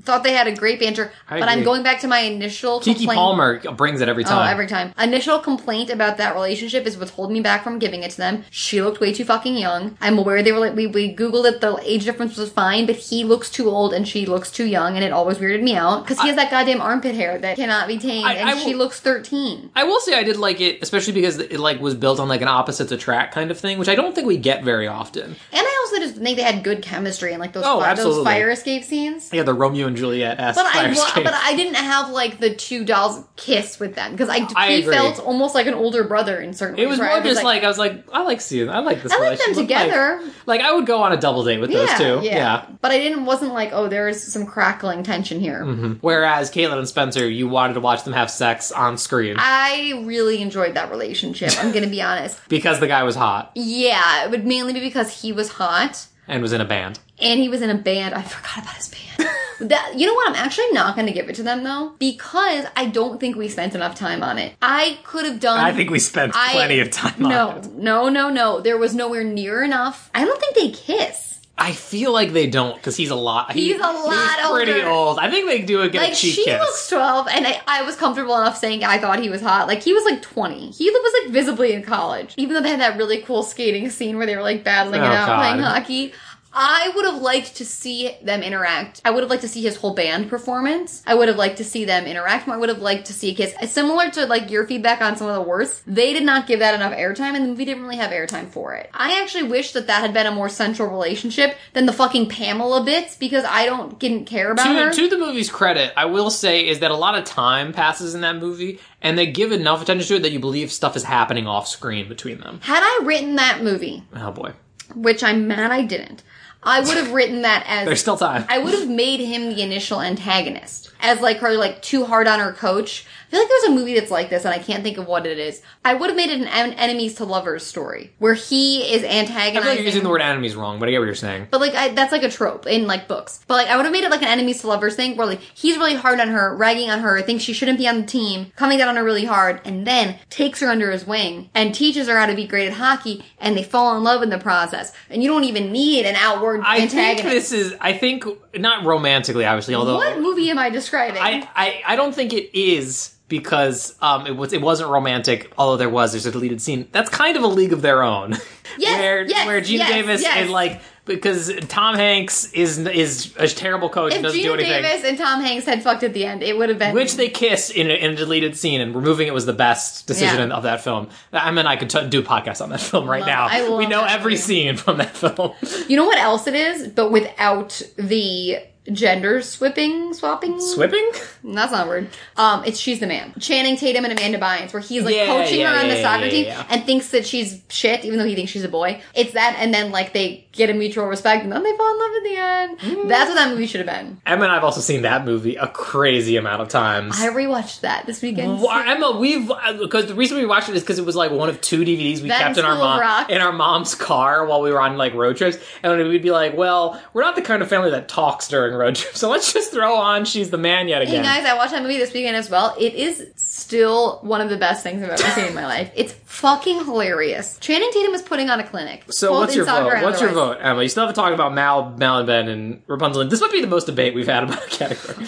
Speaker 2: Thought they had a great banter,
Speaker 1: Mm-hmm. I
Speaker 2: but I'm
Speaker 1: agree.
Speaker 2: going back to my initial
Speaker 1: Kiki
Speaker 2: complaint.
Speaker 1: Palmer brings it every
Speaker 2: Oh,
Speaker 1: time.
Speaker 2: every time. Initial complaint about that relationship is what's holding me back from giving it to them. She looked way too fucking young. I'm aware they were like, we, we Googled it, the age difference was fine, but he looks too old and she looks too young, and it always weirded me out. Because he has that goddamn armpit hair that cannot be tamed,
Speaker 1: I-
Speaker 2: and
Speaker 1: I will-
Speaker 2: she looks 13.
Speaker 1: I will say I did like it, especially because it like was built on like an opposites attract kind of thing, which I don't think we get very often.
Speaker 2: And I also just think they had good chemistry and like those,
Speaker 1: Oh,
Speaker 2: fi- those
Speaker 1: absolutely.
Speaker 2: fire escape scenes.
Speaker 1: Yeah, the Romeo and Juliet esque
Speaker 2: But I,
Speaker 1: fire
Speaker 2: wa-
Speaker 1: escape.
Speaker 2: but I didn't have like the two dolls kiss with them because I,
Speaker 1: I
Speaker 2: he
Speaker 1: agree.
Speaker 2: felt almost like an older brother in certain
Speaker 1: it
Speaker 2: ways.
Speaker 1: was
Speaker 2: where I
Speaker 1: more just like, I was like, I like seeing, I like this.
Speaker 2: I like them
Speaker 1: relationship. Like-
Speaker 2: together.
Speaker 1: Like, I would go on a double date with those two. Yeah.
Speaker 2: But I didn't wasn't like, oh, there's some crackling tension here.
Speaker 1: Mm-hmm. Whereas Caitlin and Spencer, you wanted to watch them have sex on screen
Speaker 2: I really enjoyed that relationship. I'm gonna be honest.
Speaker 1: because the guy was hot
Speaker 2: Yeah, it would mainly be because he was hot
Speaker 1: and was in a band.
Speaker 2: and he was in a band. I forgot about his band. That you know what? I'm actually not going to give it to them though because I don't think we spent enough time on it. I could have done.
Speaker 1: I think we spent
Speaker 2: I-
Speaker 1: plenty of time
Speaker 2: No,
Speaker 1: on it.
Speaker 2: no, no, no. There was nowhere near enough. I don't think they kiss.
Speaker 1: I feel like they don't because he's a lot. he-
Speaker 2: He's a lot
Speaker 1: he's pretty
Speaker 2: older.
Speaker 1: old. I think they do a, get
Speaker 2: Like
Speaker 1: a cheek
Speaker 2: she
Speaker 1: kiss.
Speaker 2: looks twelve, and I, I was comfortable enough saying I thought he was hot. Like he was like twenty. He was like visibly in college, even though they had that really cool skating scene where they were like battling
Speaker 1: Oh,
Speaker 2: it out,
Speaker 1: God.
Speaker 2: playing hockey. I would have liked to see them interact. I would have liked to see his whole band performance. I would have liked to see them interact more. I would have liked to see a kiss. Uh, Similar to like your feedback on some of the worst, they did not give that enough airtime, and the movie didn't really have airtime for it. I actually wish that that had been a more central relationship than the fucking Pamela bits because I don't didn't care about her.
Speaker 1: to, to the movie's credit, I will say is that a lot of time passes in that movie, and they give enough attention to it that you believe stuff is happening off screen between them.
Speaker 2: Had I written that movie,
Speaker 1: Oh boy,
Speaker 2: which I'm mad I didn't, I would have written that as
Speaker 1: there's still time.
Speaker 2: I would have made him the initial antagonist as like her like too hard on her coach. I feel like there's a movie that's like this, and I can't think of what it is. I would have made it an en- enemies to lovers story where he is
Speaker 1: I feel like you're
Speaker 2: antagonizing.
Speaker 1: using the word enemies wrong, but I get what you're saying.
Speaker 2: but like I, that's like a trope in like books. But like I would have made it like an enemies to lovers thing where like he's really hard on her, ragging on her, thinks she shouldn't be on the team, coming down on her really hard, and then takes her under his wing and teaches her how to be great at hockey, and they fall in love in the process. And you don't even need an outward
Speaker 1: I think
Speaker 2: antagonist.
Speaker 1: this is. I think not romantically, obviously. Although
Speaker 2: what movie am I describing?
Speaker 1: I, I, I don't think it is because um, it was it wasn't romantic. Although there was there's a deleted scene that's kind of a league of their own.
Speaker 2: Yes,
Speaker 1: where
Speaker 2: yes,
Speaker 1: where Gene
Speaker 2: yes,
Speaker 1: Davis
Speaker 2: yes.
Speaker 1: is like because Tom Hanks is is a terrible coach and
Speaker 2: if
Speaker 1: doesn't do
Speaker 2: Gina
Speaker 1: anything.
Speaker 2: Davis and Tom Hanks had fucked at the end, it would have been
Speaker 1: which they kiss in a, in a deleted scene, and removing it was the best decision
Speaker 2: Yeah.
Speaker 1: in- of that film. I mean, I could t- do a podcast on that film right
Speaker 2: Love-
Speaker 1: now.
Speaker 2: I love
Speaker 1: we know
Speaker 2: that
Speaker 1: every
Speaker 2: movie.
Speaker 1: scene from that film.
Speaker 2: You know what else it is, but without the gender swapping, swapping.
Speaker 1: Swipping?
Speaker 2: That's not a word. Um, it's she's the man. Channing Tatum and Amanda Bynes, where he's like
Speaker 1: Yeah,
Speaker 2: coaching
Speaker 1: yeah,
Speaker 2: her on
Speaker 1: yeah,
Speaker 2: the
Speaker 1: yeah,
Speaker 2: soccer
Speaker 1: yeah,
Speaker 2: team
Speaker 1: yeah.
Speaker 2: and thinks that she's shit, even though he thinks she's a boy. It's that, and then like they get a mutual respect, and then they fall in love at the end.
Speaker 1: Mm.
Speaker 2: That's what that movie should have been.
Speaker 1: Emma and I've also seen that movie a crazy amount of times.
Speaker 2: I rewatched that this weekend.
Speaker 1: Why, Emma, we've because the reason we watched it is because it was like one of two DVDs we
Speaker 2: That
Speaker 1: kept
Speaker 2: and
Speaker 1: in our
Speaker 2: School of
Speaker 1: mom
Speaker 2: Rock.
Speaker 1: in our mom's car while we were on like road trips, and we'd be like, "Well, we're not the kind of family that talks during road trips, so let's just throw on She's the Man yet
Speaker 2: Hey
Speaker 1: again."
Speaker 2: guys, I watched that movie this weekend as well. It is still one of the best things I've ever seen in my life. It's fucking hilarious. Channing Tatum is putting on a clinic.
Speaker 1: so
Speaker 2: both
Speaker 1: what's
Speaker 2: in
Speaker 1: your
Speaker 2: soccer
Speaker 1: vote?
Speaker 2: and
Speaker 1: What's your
Speaker 2: otherwise.
Speaker 1: vote, Emma? You still haven't talked about Mal, Mal and Ben, and Rapunzel. And this might be the most debate we've had about a category.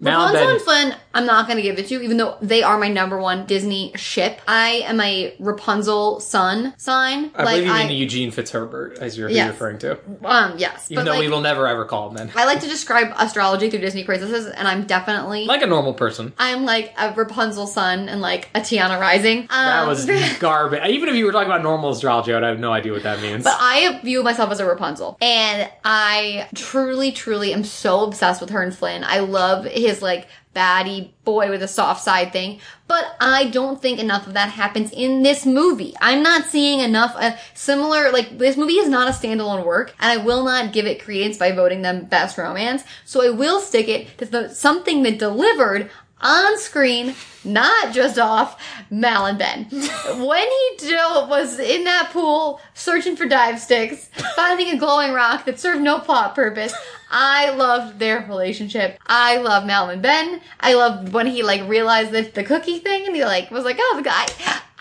Speaker 1: Mal and
Speaker 2: Rapunzel
Speaker 1: Ben.
Speaker 2: and Flynn, I'm not going to give it to, you, even though they are my number one Disney ship. I am a Rapunzel sun sign.
Speaker 1: I believe you mean Eugene Fitzherbert, as you're who
Speaker 2: Yes.
Speaker 1: you're referring to.
Speaker 2: um, yes,
Speaker 1: Even
Speaker 2: but
Speaker 1: though
Speaker 2: like,
Speaker 1: we will never ever call him then.
Speaker 2: I like to describe astrology through Disney princesses, and I'm definitely
Speaker 1: Like a normal person.
Speaker 2: I'm like a Rapunzel sun and like a Tiana rising. Um,
Speaker 1: That was garbage. Even if you were talking about normal astrology, I would have no idea what that means.
Speaker 2: But I view myself as a Rapunzel. And I truly, truly am so obsessed with her and Flynn. I love his like baddie boy with a soft side thing. But I don't think enough of that happens in this movie. I'm not seeing enough uh, similar, like, this movie is not a standalone work, and I will not give it credence by voting them best romance. So I will stick it to the, something that delivered on screen, not just off Mal and Ben. when he Joe was in that pool searching for dive sticks, finding a glowing rock that served no plot purpose, I loved their relationship. I love Mal and Ben. I loved when he like realized that the cookie thing and he like was like, oh the guy.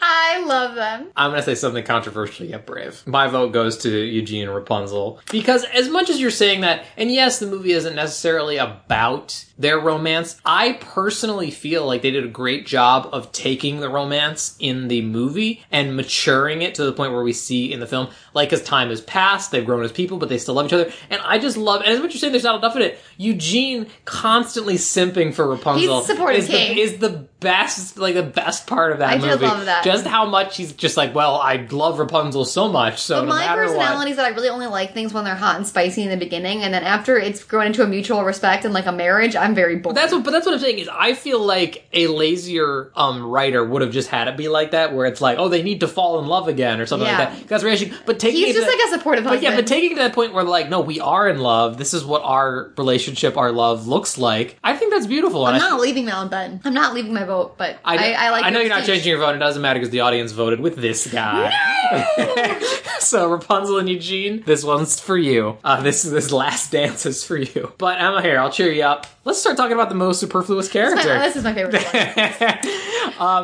Speaker 2: I love them.
Speaker 1: I'm gonna say something controversial yet brave. My vote goes to Eugene Rapunzel because as much as you're saying that, and yes, the movie isn't necessarily about their romance. I personally feel like they did a great job of taking the romance in the movie and maturing it to the point where we see in the film, like as time has passed, they've grown as people, but they still love each other. And I just love, and as much as you're saying, there's not enough in it. Eugene constantly simping for Rapunzel
Speaker 2: supporting
Speaker 1: is,
Speaker 2: king.
Speaker 1: The, is the best, like the best part of that
Speaker 2: I did
Speaker 1: movie.
Speaker 2: love that.
Speaker 1: Just how much he's just like, well, I love Rapunzel so much, so
Speaker 2: But
Speaker 1: no
Speaker 2: my
Speaker 1: matter
Speaker 2: personality
Speaker 1: what.
Speaker 2: is that I really only like things when they're hot and spicy in the beginning, and then after it's grown into a mutual respect and like a marriage, I'm very bored.
Speaker 1: That's what, but that's what I'm saying is I feel like a lazier um, writer would have just had it be like that, where it's like, oh, they need to fall in love again or something
Speaker 2: Yeah.
Speaker 1: like that. That's reaction. But taking
Speaker 2: He's
Speaker 1: it to
Speaker 2: just
Speaker 1: that-
Speaker 2: like a supportive
Speaker 1: But
Speaker 2: husband.
Speaker 1: yeah, but taking it to that point where like, no, we are in love. This is what our relationship, our love looks like. I think that's beautiful.
Speaker 2: I'm
Speaker 1: and I-
Speaker 2: not leaving Mel and Ben. I'm not leaving my vote, but I, I, like.
Speaker 1: I know
Speaker 2: your
Speaker 1: you're not
Speaker 2: speech.
Speaker 1: changing your vote. It doesn't matter. because the audience voted with this guy. so Rapunzel and Eugene, this one's for you. Uh, this this last dance is for you. But Emma, here, I'll cheer you up. Let's start talking about the most superfluous
Speaker 2: My-
Speaker 1: character.
Speaker 2: this is my favorite one.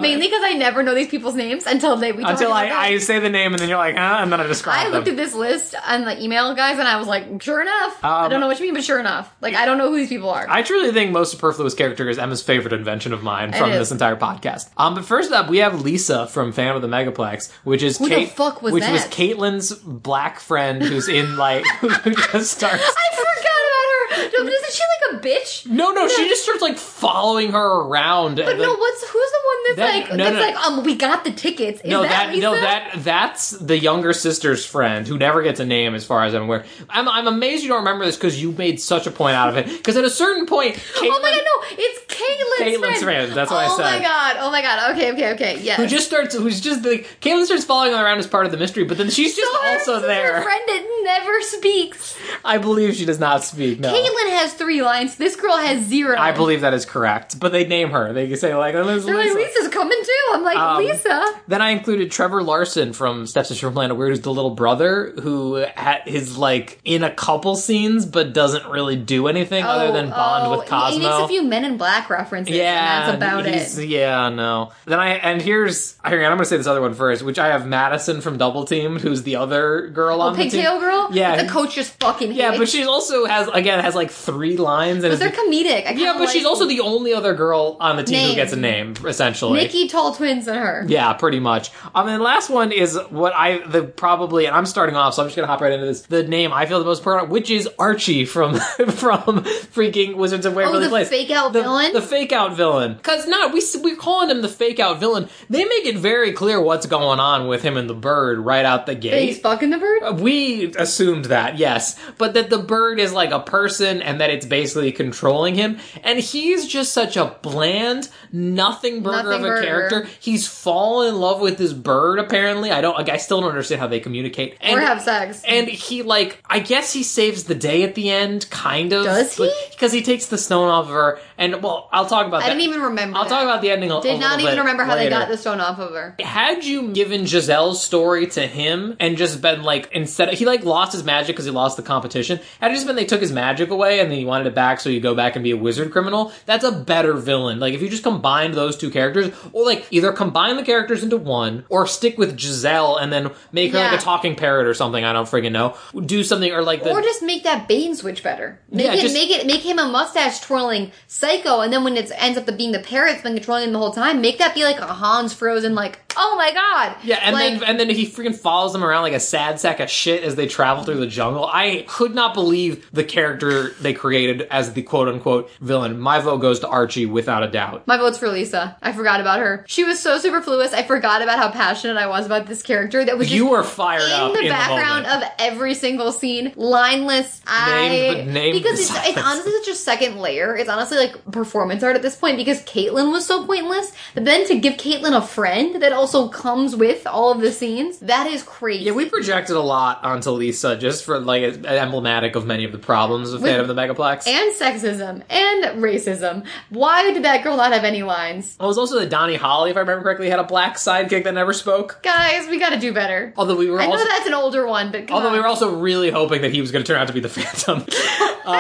Speaker 2: Mainly because I never know these people's names until they we talk
Speaker 1: Um, Until
Speaker 2: about
Speaker 1: I,
Speaker 2: that.
Speaker 1: I say the name and then you're like, huh, and then I describe
Speaker 2: I looked
Speaker 1: them.
Speaker 2: at this list on the email guys, and I was like, sure enough. I
Speaker 1: Um,
Speaker 2: don't know what you mean, but sure enough, like I don't know who these people are.
Speaker 1: I truly think most superfluous character is Emma's favorite invention of mine from
Speaker 2: is.
Speaker 1: this entire podcast. Um, but first up, we have Lisa from Phantom of the Megaplex, which is
Speaker 2: the
Speaker 1: Kate,
Speaker 2: fuck was
Speaker 1: which was
Speaker 2: that?
Speaker 1: Caitlin's black friend who's in like who just starts.
Speaker 2: I forgot about her. No, but isn't she like a bitch?
Speaker 1: No, no, she just starts like following her around.
Speaker 2: But no, what's who's the one
Speaker 1: That-
Speaker 2: that's like
Speaker 1: no,
Speaker 2: that's
Speaker 1: no.
Speaker 2: like um we got the tickets? Is
Speaker 1: no,
Speaker 2: that, Lisa?
Speaker 1: no, that that's the younger sister's friend who never gets a name, as far as I'm aware. I'm, I'm amazed you don't remember this because you made such a point out of it. Because at a certain point, Caitlin,
Speaker 2: Oh my god, no! It's Caitlin's,
Speaker 1: Caitlin's friend, that's what I
Speaker 2: oh
Speaker 1: said.
Speaker 2: my god! Oh my god! Okay, okay, okay. Yes.
Speaker 1: who just starts, who's just the Caitlin starts following her around as part of the mystery, but then she's just
Speaker 2: So her-
Speaker 1: also
Speaker 2: this is Her
Speaker 1: there.
Speaker 2: friend that never speaks.
Speaker 1: I believe she does not speak. No,
Speaker 2: Caitlin has three lines. This girl has zero.
Speaker 1: I believe that is correct. But they name her. They say like, "Oh, this is
Speaker 2: They're like,
Speaker 1: Lisa."
Speaker 2: Lisa's coming too. I'm like,
Speaker 1: Um,
Speaker 2: Lisa.
Speaker 1: Then I included Trevor Larson from Stepsister from Planet Weird, who's the little brother who ha- is like in a couple scenes but doesn't really do anything other than bond
Speaker 2: oh,
Speaker 1: with
Speaker 2: he- He
Speaker 1: Cosmo.
Speaker 2: makes a few Men in Black references.
Speaker 1: yeah,
Speaker 2: and that's about
Speaker 1: he's-
Speaker 2: it.
Speaker 1: Yeah, no. Then I and here's here, I'm going to say this other one first, which I have Madison from Double Team, who's the other girl
Speaker 2: Oh,
Speaker 1: on the team.
Speaker 2: pigtail girl.
Speaker 1: Yeah.
Speaker 2: That the coach just fucking.
Speaker 1: Yeah,
Speaker 2: hates.
Speaker 1: but she also has again has like three lines and
Speaker 2: But
Speaker 1: is
Speaker 2: they're
Speaker 1: the-
Speaker 2: comedic. I
Speaker 1: yeah,
Speaker 2: kinda
Speaker 1: but
Speaker 2: like
Speaker 1: she's also the only other girl on the team who
Speaker 2: Name.
Speaker 1: gets a name essentially.
Speaker 2: Nikki Tall Twins and her.
Speaker 1: Yeah, pretty much. Um, and the last one is what I the probably, and I'm starting off, so I'm just gonna hop right into this. The name I feel the most proud of, which is Archie from from freaking Wizards of Waverly
Speaker 2: Oh, the
Speaker 1: Place,
Speaker 2: fake out
Speaker 1: the,
Speaker 2: villain.
Speaker 1: the fake out villain. Because not we s- we're calling him the fake out villain. They make it very clear what's going on with him and the bird right out the gate.
Speaker 2: He's fucking the bird.
Speaker 1: We assumed that, yes. But that the bird is like a person and that it's basically controlling him. And he's just such a bland, nothing burger
Speaker 2: Nothing
Speaker 1: of a
Speaker 2: burger.
Speaker 1: character. He's fallen in love with this bird, apparently. I don't, like, I still don't understand how they communicate. And,
Speaker 2: or have sex.
Speaker 1: And he, like, I guess he saves the day at the end, kind of.
Speaker 2: Does he?
Speaker 1: Because he takes the stone off of her. And, well, I'll talk about
Speaker 2: I
Speaker 1: that.
Speaker 2: didn't even remember.
Speaker 1: I'll
Speaker 2: that.
Speaker 1: talk about the ending a, a
Speaker 2: Did not
Speaker 1: little
Speaker 2: even
Speaker 1: bit
Speaker 2: remember how they
Speaker 1: later.
Speaker 2: got the stone off of her.
Speaker 1: Had you given Giselle's story to him and just been like, instead, he like lost his magic because he lost the competition. Had it just been they took his magic away and then he wanted it back, so you go back and be a wizard criminal. That's a better villain. Like if you just combined those two characters, or like either combine the characters into one, or stick with Giselle and then make her like
Speaker 2: Yeah.
Speaker 1: a talking parrot or something. I don't friggin' know. Do something or like the
Speaker 2: Or just make that Bane switch better. Make
Speaker 1: Yeah,
Speaker 2: it
Speaker 1: just-
Speaker 2: make it make him a mustache twirling psycho, and then when it ends up being the parrot's been controlling him the whole time, make that be like a Hans frozen, like oh my god,
Speaker 1: Yeah, and
Speaker 2: like,
Speaker 1: then and then he freaking follows them around like a sad sack of shit as they travel through the jungle. I could not believe the character they created as the quote unquote villain. My vote goes to Archie without a doubt.
Speaker 2: My vote's for Lisa. I forgot about her. She was so superfluous. I forgot about how passionate I was about this character that was just
Speaker 1: You were fired
Speaker 2: in
Speaker 1: up
Speaker 2: the
Speaker 1: in
Speaker 2: background
Speaker 1: the moment.
Speaker 2: of every single scene, lineless. I
Speaker 1: Name- name
Speaker 2: because it's, it's
Speaker 1: besides.
Speaker 2: honestly such a second layer. It's honestly like performance art at this point because Caitlyn was so pointless. But then to give Caitlyn a friend that also comes with all of the scenes, that is crazy.
Speaker 1: yeah, we projected a lot onto Lisa just for like it's emblematic of many of the problems of
Speaker 2: With-
Speaker 1: Phantom of the Megaplex.
Speaker 2: and sexism and racism. Why did that girl not have any lines?
Speaker 1: it was also that Donnie Holly, if I remember correctly, had a black sidekick that never spoke.
Speaker 2: Guys, we got to do better.
Speaker 1: Although we were
Speaker 2: I know
Speaker 1: also
Speaker 2: that's an older one, but come
Speaker 1: Although
Speaker 2: on.
Speaker 1: we were also really hoping that he was going to turn out to be the Phantom.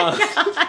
Speaker 1: Uh,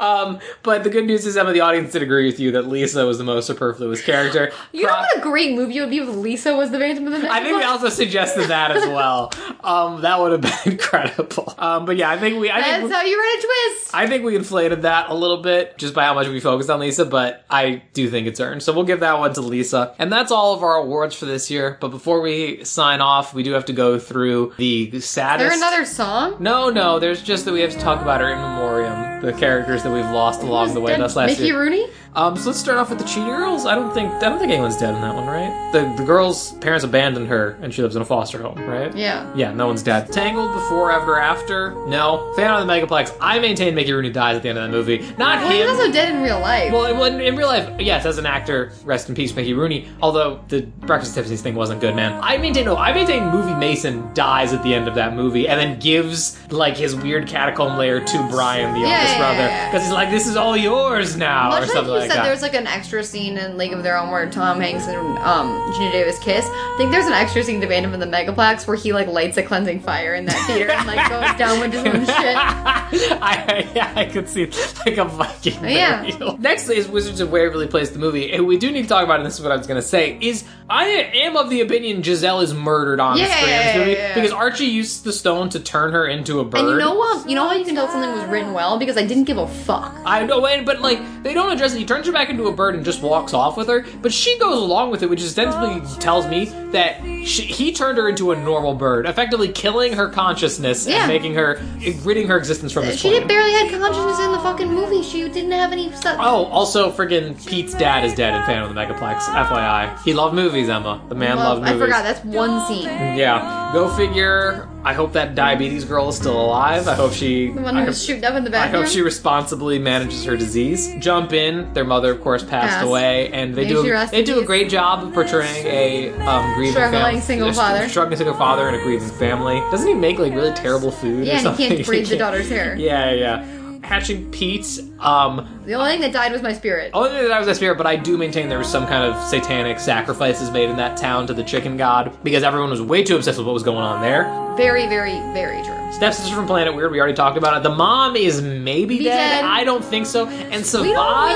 Speaker 1: um, but the good news is, Emma, the audience did agree with you that Lisa was the most superfluous character.
Speaker 2: You know
Speaker 1: Pro-
Speaker 2: what a great movie it would be if Lisa was the Phantom of the Megaplex?
Speaker 1: I think we also suggested that as well. Um, that would have been incredible. Um, but yeah, I think we, I
Speaker 2: That's
Speaker 1: think,
Speaker 2: how you write a twist.
Speaker 1: I think we inflated that a little bit just by how much we focused on Lisa. But I do think it's earned, so we'll give that one to Lisa. And that's all of our awards for this year. But before we sign off, we do have to go through the
Speaker 2: Is
Speaker 1: saddest.
Speaker 2: there another song?
Speaker 1: No, no. There's just that we have to talk about our in memoriam, the characters that we've lost along the way.
Speaker 2: Dead
Speaker 1: That's last
Speaker 2: Mickey
Speaker 1: year.
Speaker 2: Rooney?
Speaker 1: Um, so let's start off with the cheating girls. I don't think I don't think anyone's dead in that one, right? The the girl's parents abandoned her, and she lives in a foster home, right?
Speaker 2: Yeah.
Speaker 1: Yeah, no one's dead. Tangled before, ever after. No. Fan of the Megaplex. I maintain Mickey Rooney dies at the end of that movie. Not
Speaker 2: Well, he's
Speaker 1: him.
Speaker 2: also dead in real life.
Speaker 1: Well, in- well, in, in real life, yes, as an actor, rest in peace, Mickey Rooney. Although the Breakfast at Tiffany's thing wasn't good, man. I maintain, no, I maintain, Movie Mason dies at the end of that movie, and then gives like his weird catacomb layer to Brian, the
Speaker 2: Yeah,
Speaker 1: oldest
Speaker 2: yeah,
Speaker 1: brother,
Speaker 2: yeah, yeah.
Speaker 1: because he's like, "This is all yours now,"
Speaker 2: Much
Speaker 1: or
Speaker 2: like
Speaker 1: something
Speaker 2: you
Speaker 1: like like
Speaker 2: said
Speaker 1: that.
Speaker 2: there's like an extra scene in League of Their Own where Tom Hanks and um, Gina Davis kiss. I think there's an extra scene to Phantom of the Megaplex where he like lights a cleansing fire in that theater and like goes down with his own shit.
Speaker 1: I, yeah, I could see like a Viking
Speaker 2: Oh, Yeah.
Speaker 1: burial. Next is Wizards of Waverly Place, the movie. And we do need to talk about it. and This is what I was going to say. Is I am of the opinion Giselle is murdered on
Speaker 2: Yeah,
Speaker 1: screen in
Speaker 2: yeah,
Speaker 1: this movie
Speaker 2: yeah, yeah.
Speaker 1: because Archie used the stone to turn her into a bird.
Speaker 2: And you know what? You know how you can tell something was written well because I didn't give a fuck.
Speaker 1: I know, and- but like they don't address it. He turns her back into a bird and just walks off with her. But she goes along with it, which ostensibly tells me that she, he turned her into a normal bird, effectively killing her consciousness
Speaker 2: Yeah.
Speaker 1: and making her, ridding her existence from this.
Speaker 2: She
Speaker 1: plane.
Speaker 2: did barely had consciousness in the fucking movie. She didn't have any. Su-
Speaker 1: Oh, also, friggin' Pete's dad is dead in Phantom of the Megaplex. FYI, he loved movies. Emma, the man
Speaker 2: Well,
Speaker 1: loved
Speaker 2: I
Speaker 1: movies.
Speaker 2: forgot. That's one scene.
Speaker 1: Yeah, go figure. I hope that diabetes girl is still alive. I hope she.
Speaker 2: The one
Speaker 1: I
Speaker 2: who
Speaker 1: hope-
Speaker 2: was shooting up in the
Speaker 1: I
Speaker 2: bathroom.
Speaker 1: hope she responsibly manages her disease. Jump in. Their mother, of course, passed
Speaker 2: Passed.
Speaker 1: away, and they
Speaker 2: May she
Speaker 1: do a,
Speaker 2: rest
Speaker 1: they
Speaker 2: in
Speaker 1: do a
Speaker 2: peace.
Speaker 1: great job of portraying a um, grieving
Speaker 2: Struggling
Speaker 1: fam-
Speaker 2: single
Speaker 1: a str-
Speaker 2: father.
Speaker 1: struggling single father, and a grieving family. Doesn't he make like really terrible food? or
Speaker 2: yeah, and he
Speaker 1: something?
Speaker 2: can't braid the daughter's hair.
Speaker 1: Yeah, yeah. Hatching Pete. Um,
Speaker 2: The only thing that died was my spirit.
Speaker 1: only thing that I was a spirit, but I do maintain there was some kind of satanic sacrifices made in that town to the chicken god because everyone was way too obsessed with what was going on there.
Speaker 2: Very, very, very true.
Speaker 1: Stepsister from Planet Weird, we already talked about it. The mom is maybe
Speaker 2: Be
Speaker 1: dead.
Speaker 2: dead.
Speaker 1: I don't think so. And
Speaker 2: We don't
Speaker 1: Savage.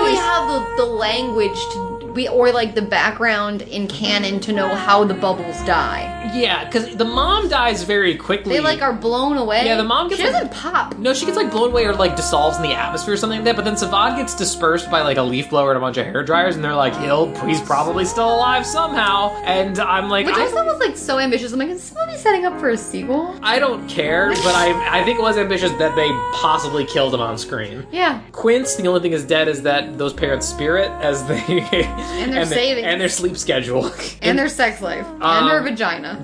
Speaker 2: really have the, the language to we or like the background in canon to know how the bubbles die.
Speaker 1: yeah, because the mom dies very quickly.
Speaker 2: They like are blown away.
Speaker 1: Yeah, the mom gets
Speaker 2: she
Speaker 1: like-
Speaker 2: doesn't pop.
Speaker 1: No, she gets like blown away or like dissolves in the atmosphere or something like that. But then Savad gets dispersed by like a leaf blower and a bunch of hair dryers, and they're like, "He'll, he's probably still alive somehow." And I'm like,
Speaker 2: Which
Speaker 1: I-
Speaker 2: also was like so ambitious. I'm like, is this movie setting up for a sequel?
Speaker 1: I don't care, but I I think it was ambitious that they possibly killed him on screen.
Speaker 2: Yeah.
Speaker 1: Quince, the only thing is dead is that those parents' spirit as they and,
Speaker 2: their
Speaker 1: they-
Speaker 2: savings.
Speaker 1: and their sleep schedule.
Speaker 2: And their sex life.
Speaker 1: Um,
Speaker 2: and her vagina.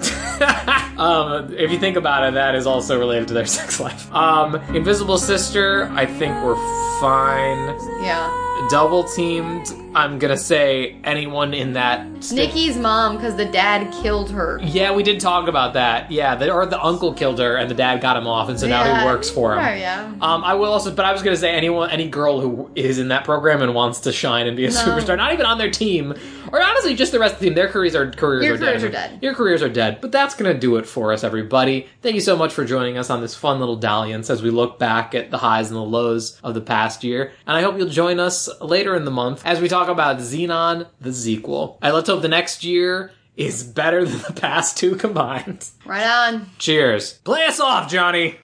Speaker 1: um, if you think about it, that is also related to their sex life. Um, Invisible Sister, I think we're fine.
Speaker 2: Yeah.
Speaker 1: Double teamed, I'm gonna say anyone in that. sti-
Speaker 2: Nikki's mom, because the dad killed her.
Speaker 1: Yeah, we did talk about that. Yeah, the, or the uncle killed her and the dad got him off, and so now
Speaker 2: Yeah.
Speaker 1: he works for him.
Speaker 2: Oh, yeah.
Speaker 1: Um, I will also, but I was going to say anyone, any girl who is in that program and wants to shine and be a superstar, not even on their team, or honestly, just the rest of the team, their careers are careers,
Speaker 2: Your
Speaker 1: are,
Speaker 2: careers
Speaker 1: dead.
Speaker 2: are dead.
Speaker 1: Your careers are dead. But that's going to do it for us, everybody. Thank you so much for joining us on this fun little dalliance as we look back at the highs and the lows of the past year. And I hope you'll join us later in the month as we talk about Xenon the sequel. And let's hope the next year is better than the past two combined.
Speaker 2: Right on.
Speaker 1: Cheers. Play us off, Johnny.